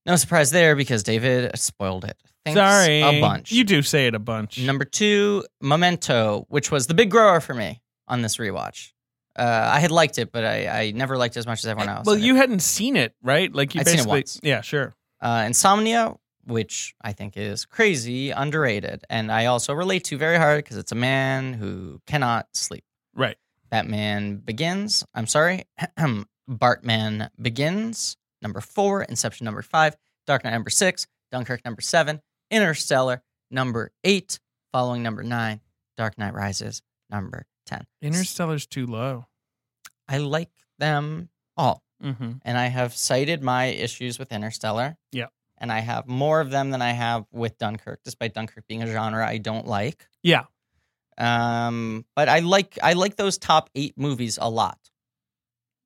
S2: No surprise there because David spoiled it. Thanks
S3: Sorry,
S2: a bunch.
S3: You do say it a bunch.
S2: Number two, Memento, which was the big grower for me on this rewatch. Uh, I had liked it, but I, I never liked it as much as everyone else.
S3: well,
S2: And
S3: you hadn't seen it, right? Like you
S2: I'd seen it
S3: basically.
S2: once.
S3: Yeah, sure.
S2: uh, Insomnia, which I think is crazy underrated, and I also relate to very hard because it's a man who cannot sleep.
S3: Right.
S2: Batman Begins. I'm sorry, Bartman Begins. Number four, Inception. Number five, Dark Knight. Number six, Dunkirk. Number seven, Interstellar. Number eight, following number nine, Dark Knight Rises. Number ten.
S3: Interstellar's too low.
S2: I like them all
S3: Mm-hmm.
S2: and I have cited my issues with Interstellar.
S3: Yeah.
S2: And I have more of them than I have with Dunkirk, despite Dunkirk being a genre I don't like.
S3: Yeah.
S2: Um, but I like I like those top eight movies a lot.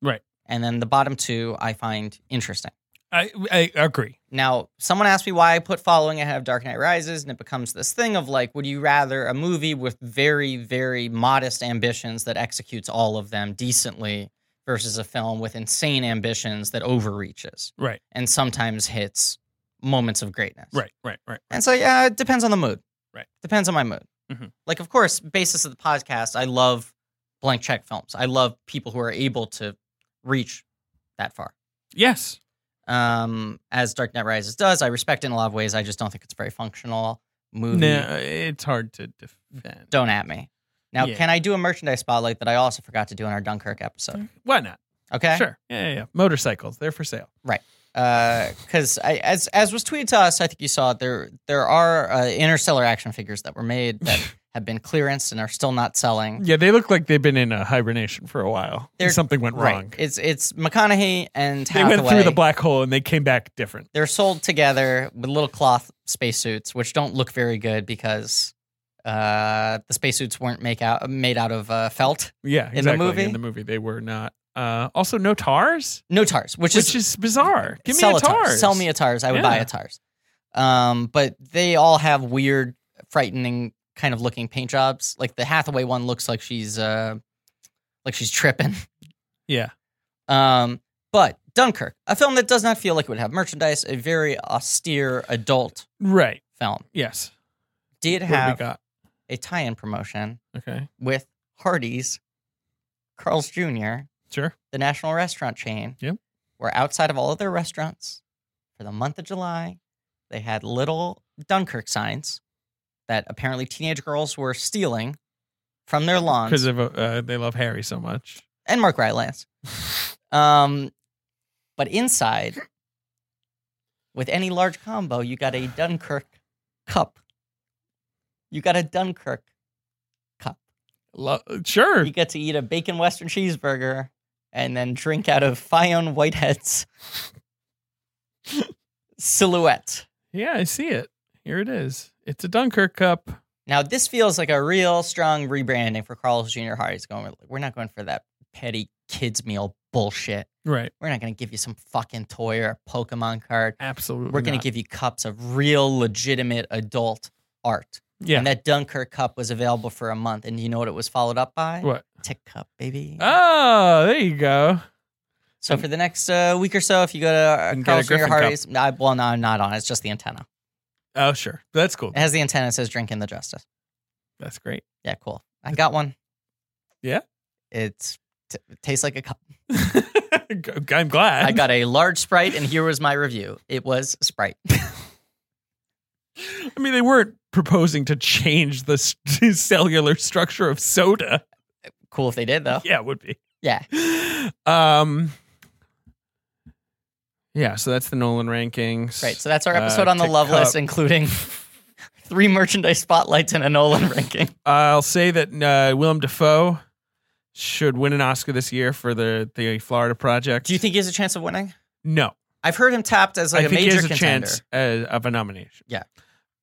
S3: Right.
S2: And then the bottom two I find interesting.
S3: I, I agree.
S2: Now, someone asked me why I put following ahead of Dark Knight Rises, and it becomes this thing of like, would you rather a movie with very, very modest ambitions that executes all of them decently versus a film with insane ambitions that overreaches
S3: Right.
S2: and sometimes hits moments of greatness?
S3: Right. Right. Right.
S2: And so, yeah, it depends on the mood.
S3: Right.
S2: Depends on my mood.
S3: Mhm.
S2: Like, of course, basis of the podcast, I love blank check films. I love people who are able to reach that far
S3: Yes.
S2: um, as Dark Knight Rises does. I respect it in a lot of ways. I just don't think it's a very functional movie.
S3: No, it's hard to defend.
S2: Don't at me. Now,
S3: Yeah.
S2: can I do a merchandise spotlight that I also forgot to do in our Dunkirk episode?
S3: Why not?
S2: Okay,
S3: Sure. Yeah, yeah, yeah. Motorcycles, they're for sale.
S2: Because Uh, I as as was tweeted to us, I think you saw it. There there are uh, interstellar action figures that were made that have been clearanced and are still not selling.
S3: Yeah, they look like they've been in a hibernation for a while.
S2: They're-
S3: Something went wrong.
S2: Right. It's it's McConaughey and
S3: They
S2: Hathaway.
S3: went through the black hole and they came back different.
S2: They're sold together with little cloth spacesuits, which don't look very good because uh, the spacesuits weren't make out made out of uh, felt.
S3: Yeah,
S2: the
S3: exactly.
S2: movie?
S3: In the movie, they were not. Uh, also, no tars,
S2: No tars, which,
S3: which
S2: is, uh,
S3: is, bizarre. Give me
S2: sell
S3: a tars.
S2: Sell me a tars. I would buy
S3: Yeah.
S2: a tars. Um, but they all have weird, frightening kind of looking paint jobs. Like the Hathaway one looks like she's uh, like she's tripping.
S3: Yeah.
S2: Um, but Dunkirk, a film that does not feel like it would have merchandise, a very austere adult
S3: Right.
S2: film,
S3: Yes.
S2: did
S3: What have
S2: have
S3: we got?
S2: a tie-in promotion
S3: Okay.
S2: with Hardee's, Carl's Jr.,
S3: Sure.
S2: the national restaurant chain,
S3: Yep.
S2: were outside of all of their restaurants for the month of July. They had little Dunkirk signs that apparently teenage girls were stealing from their
S3: Because
S2: lawns
S3: of uh, they love Harry so much.
S2: and Mark Rylance. um, but inside, with any large combo, you got a Dunkirk cup. You got a Dunkirk cup.
S3: Lo- sure.
S2: You get to eat a bacon western cheeseburger and then drink out of Fion Whitehead's silhouette.
S3: Yeah, I see it. Here it is. It's a Dunkirk cup.
S2: Now this feels like a real strong rebranding for Carl's Jr. Hardy's going with we're not going for that petty kids meal bullshit.
S3: Right.
S2: We're not going to give you some fucking toy or a Pokemon card.
S3: Absolutely.
S2: We're going to give you cups of real legitimate adult art.
S3: give. Yeah.
S2: And that Dunkirk cup was available for a month and you know what it was followed up by?
S3: What?
S2: Tick cup, baby.
S3: Oh, there you go.
S2: So for the next uh, week or so, if you go to uh,
S3: And get a
S2: Carl's Jr.
S3: Griffin cup.
S2: Hardy's, I, well, no, I'm not on. it. It's just the antenna.
S3: Oh, sure. That's cool.
S2: It has the antenna. It says "Drink in the Justice."
S3: That's great.
S2: Yeah, cool. I got one.
S3: Yeah?
S2: it's t- it tastes like a cup.
S3: I'm glad.
S2: I got a large Sprite, and here was my review. It was Sprite.
S3: I mean, they weren't proposing to change the s- cellular structure of soda.
S2: Cool if they did though.
S3: Yeah, it would be.
S2: Yeah,
S3: Um. Yeah, so that's the Nolan rankings.
S2: right. So that's our
S3: Uh,
S2: episode on the
S3: tick
S2: love
S3: cup.
S2: list, including three merchandise spotlights and a Nolan ranking.
S3: I'll say that uh, Willem Dafoe should win an Oscar this year for the the Florida Project.
S2: Do you think he has a chance of winning?
S3: No,
S2: I've heard him tapped as like
S3: I
S2: a
S3: think he
S2: major
S3: has a
S2: contender.
S3: chance uh, of a nomination.
S2: Yeah.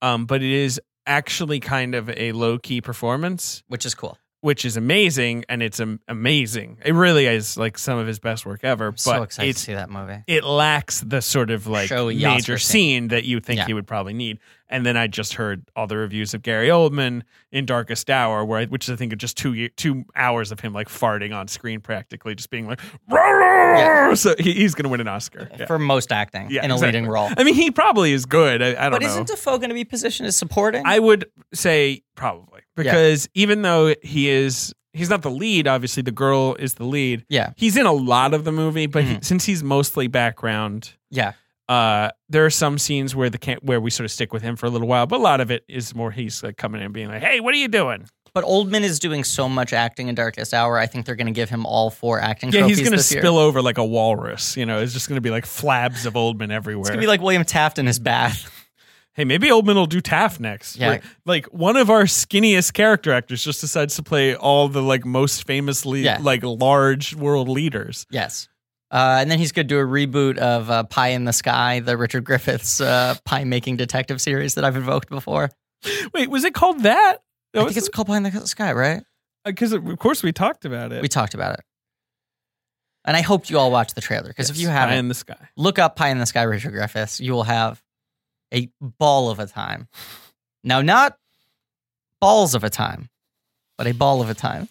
S3: Um, but it is actually kind of a low key performance.
S2: Which is cool.
S3: which is amazing, and it's am- amazing. It really is like some of his best work ever.
S2: I'm
S3: but
S2: so excited to
S3: it's
S2: see that movie.
S3: it lacks the sort of like
S2: Showy
S3: major
S2: Oscar
S3: scene that you think
S2: Yeah.
S3: he would probably need. And then I just heard all the reviews of Gary Oldman in Darkest Hour, where I, which I think are just two year, two hours of him like farting on screen, practically just being like,
S2: Yeah.
S3: so he, he's gonna win an Oscar. Yeah.
S2: for most acting
S3: Yeah,
S2: in a
S3: exactly.
S2: leading role.
S3: I mean, he probably is good. I, I don't
S2: But
S3: know.
S2: isn't Defoe going to be positioned as supporting?
S3: I would say probably because even though he is he's not the lead, obviously the girl is the lead.
S2: Yeah.
S3: He's in a lot of the movie, but he,
S2: Mhm.
S3: since he's mostly background,
S2: yeah,
S3: uh, there are some scenes where the can where we sort of stick with him for a little while, but a lot of it is more he's like coming in and being like, "Hey, what are you doing?"
S2: but Oldman is doing so much acting in Darkest Hour. I think they're going to give him all four acting.
S3: Yeah,
S2: trophies
S3: he's gonna
S2: this year.
S3: spill over like a walrus. You know, it's just gonna be like flabs of Oldman everywhere.
S2: It's going to be like William Taft in his bath.
S3: hey, maybe Oldman will do Taft next.
S2: Yeah.
S3: Like, like, one of our skinniest character actors just decides to play all the like most famously
S2: Yeah.
S3: like large world leaders.
S2: yes, uh, and then he's going to do a reboot of uh, Pie in the Sky, the Richard Griffiths uh, pie making detective series that I've invoked before.
S3: Wait, was it called that?
S2: I think it's called Pie in the Sky, right?
S3: because of course we talked about it.
S2: We talked about it. And I hope you all watch the trailer because if
S3: Yes,
S2: you
S3: Eye
S2: haven't,
S3: in the sky.
S2: look up Pie in the Sky Rachel Griffiths. You will have a ball of a time. Now, not balls of a time, but a ball of a time.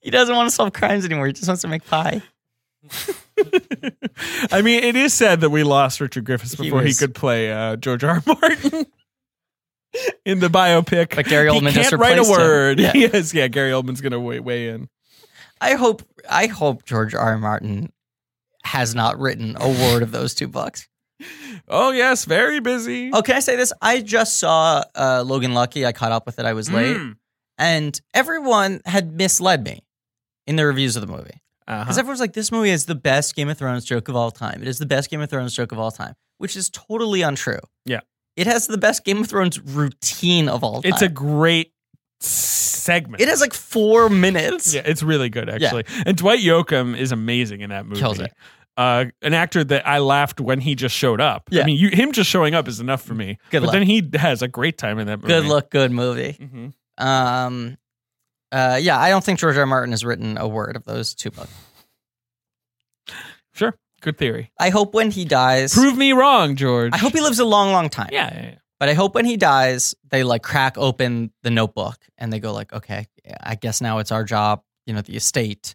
S2: he doesn't want to solve crimes anymore. He just wants to make pie.
S3: I mean, it is sad that we lost Richard Griffiths
S2: He
S3: before he,
S2: was-
S3: could play uh, George R. R. Martin in the biopic.
S2: But Gary Oldman
S3: he
S2: has
S3: can't write a
S2: replaced him.
S3: word.
S2: Yeah.
S3: Yes, yeah, Gary Oldman's going to weigh, weigh in.
S2: I hope I hope George R. R. Martin has not written a word of those two books.
S3: Oh yes, very busy.
S2: Oh, can I say this? I just saw uh, Logan Lucky. I caught up with it. I was late,
S3: Mm.
S2: and everyone had misled me in their reviews of the movie.
S3: Uh-huh.
S2: Because everyone's like, this movie is the best Game of Thrones joke of all time. It is the best Game of Thrones joke of all time, which is totally untrue.
S3: Yeah.
S2: It has the best Game of Thrones routine of all time.
S3: It's a great segment.
S2: it has like four minutes.
S3: Yeah, it's really good
S2: Yeah.
S3: actually. And Dwight Yoakam is amazing in that movie.
S2: Kills it.
S3: Uh, an actor that I laughed when he just showed up.
S2: Yeah.
S3: I mean, you, him just showing up is enough for me.
S2: Good
S3: but
S2: luck.
S3: then he has a great time in that movie.
S2: Good look, good movie.
S3: Mhm.
S2: Um, uh, yeah, I don't think George R. R. Martin has written a word of those two books.
S3: Sure. Good theory.
S2: I hope when he dies,
S3: Prove me wrong, George.
S2: I hope he lives a long, long time.
S3: Yeah, yeah, yeah.
S2: But I hope when he dies, they like crack open the notebook and they go like, okay, I guess now it's our job, you know, the estate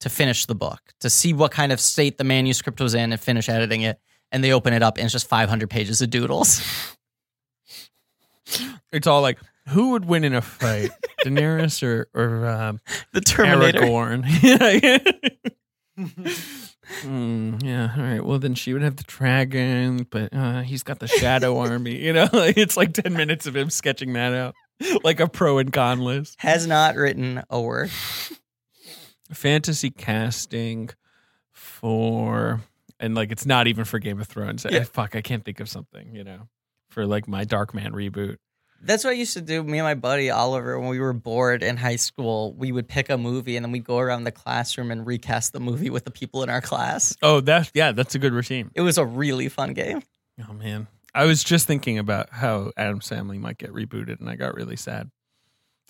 S2: to finish the book, to see what kind of state the manuscript was in and finish editing it. And they open it up and it's just 500 pages of doodles.
S3: It's all like, who would win in a fight, Daenerys or or um,
S2: The Terminator.
S3: Aragorn? yeah. Hmm, yeah. All right. Well, then she would have the dragon, but uh, he's got the shadow army. You know, it's like ten minutes of him sketching that out, like a pro and con list.
S2: Has not written a word.
S3: Fantasy casting for, and like it's not even for Game of Thrones.
S2: Yeah.
S3: I, fuck, I can't think of something. You know, for like my Dark Man reboot.
S2: That's what I used to do. Me and my buddy Oliver, when we were bored in high school, we would pick a movie and then we'd go around the classroom and recast the movie with the people in our class.
S3: Oh, that's yeah, that's a good routine.
S2: It was a really fun game.
S3: Oh man, I was just thinking about how Adam Sandler might get rebooted, and I got really sad.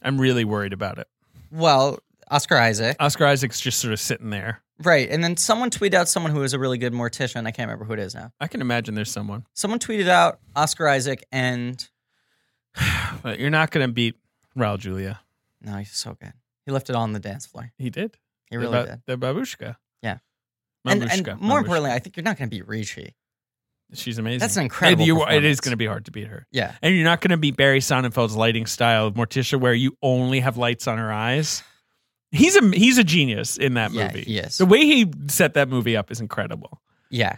S3: I'm really worried about it.
S2: Well, Oscar Isaac.
S3: Oscar Isaac's just sort of sitting there.
S2: Right. And then someone tweeted out someone who is a really good mortician. I can't remember who it is now.
S3: I can imagine there's someone,
S2: Someone tweeted out Oscar Isaac and
S3: but you're not going to beat Raul Julia.
S2: no, he's so good. He left it all on the dance floor.
S3: He did.
S2: He really
S3: the, ba-
S2: did.
S3: The babushka.
S2: Yeah. And,
S3: Mamushka.
S2: and more
S3: Mamushka.
S2: importantly, I think you're not going to beat Ricci.
S3: she's amazing.
S2: That's an incredible
S3: And you- it
S2: performance.
S3: is going to be hard to beat her.
S2: Yeah.
S3: And you're not going to beat Barry Sonnenfeld's lighting style of Morticia, where you only have lights on her eyes. He's a he's a genius in that
S2: yeah,
S3: movie.
S2: he is.
S3: The way he set that movie up is incredible.
S2: Yeah.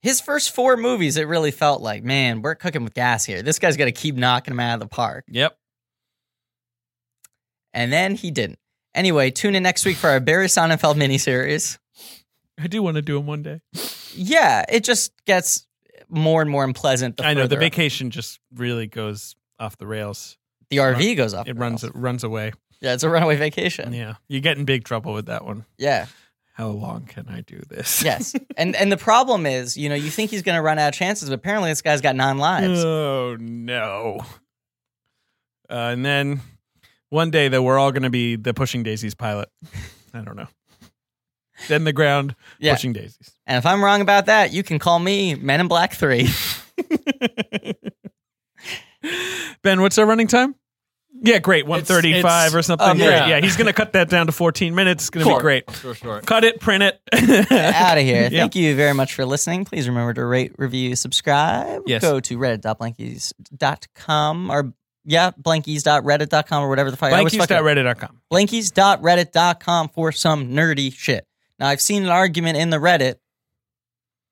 S2: His first four movies, it really felt like, man, we're cooking with gas here. This guy's got to keep knocking him out of the park.
S3: Yep.
S2: And then he didn't. Anyway, tune in next week for our Barry Sonnenfeld miniseries.
S3: I do want to do them one day.
S2: Yeah, it just gets more and more unpleasant. The
S3: I know the
S2: further up-
S3: vacation just really goes off the rails.
S2: the RV goes up.
S3: It runs it runs away.
S2: Yeah, it's a runaway vacation.
S3: Yeah. You get in big trouble with that one.
S2: Yeah.
S3: How long can I do this?
S2: Yes. and and the problem is, you know, you think he's going to run out of chances, but apparently this guy's got nine lives.
S3: oh no. Uh, and then one day though we're all going to be the Pushing Daisies pilot. I don't know. Then the ground
S2: Yeah.
S3: pushing daisies.
S2: And if I'm wrong about that, you can call me Men in Black 3.
S3: Ben, what's our running time? Yeah, great. 135
S4: it's-
S3: or something.
S2: Oh,
S3: great.
S4: yeah.
S3: Yeah. he's going to cut that down to 14 minutes. It's going to be
S4: Sure.
S3: great.
S4: Sure, sure.
S3: Cut it, print it.
S2: out of here.
S3: Yeah.
S2: Thank you very much for listening. Please remember to rate, review, subscribe.
S3: Yes.
S2: Go to reddit.blankies.com or yeah, blankies.reddit.com or whatever the fuck. I always fuck it up.
S3: Blankies.reddit.com.
S2: blankies.reddit.com for some nerdy shit. Now, I've seen an argument in the Reddit.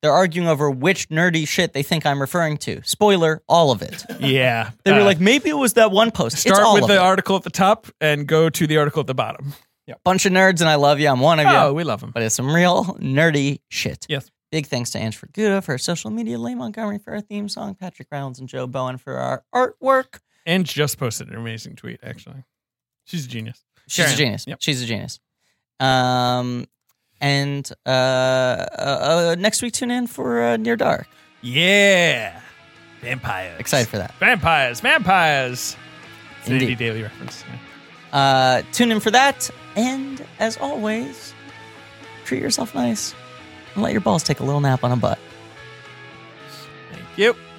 S2: They're arguing over which nerdy shit they think I'm referring to. Spoiler, all of it.
S3: Yeah.
S2: They were
S3: Uh,
S2: like, maybe it was that one post. it's
S3: start
S2: all
S3: with
S2: of
S3: the
S2: it.
S3: article at the top and go to the article at the bottom.
S2: bunch of nerds, and I love you. I'm one of
S3: Oh,
S2: you.
S3: we love them.
S2: But it's some real nerdy shit.
S3: Yes.
S2: Big thanks to Ange Ferguda for our social media, Leigh Montgomery for our theme song, Patrick Reynolds and Joe Bowen for our artwork.
S3: And just posted an amazing tweet, actually. She's a genius.
S2: She's a
S3: Karen.
S2: genius.
S3: Yep.
S2: She's a genius. Um, and uh, uh, uh, next week, tune in for uh, Near Dark.
S3: Yeah. Vampires.
S2: Excited for that.
S3: Vampires. Vampires. It's an
S2: Indeed.
S3: indie daily reference. Yeah.
S2: Uh, tune in for that. And as always, treat yourself nice and let your balls take a little nap on a butt.
S3: Thank you.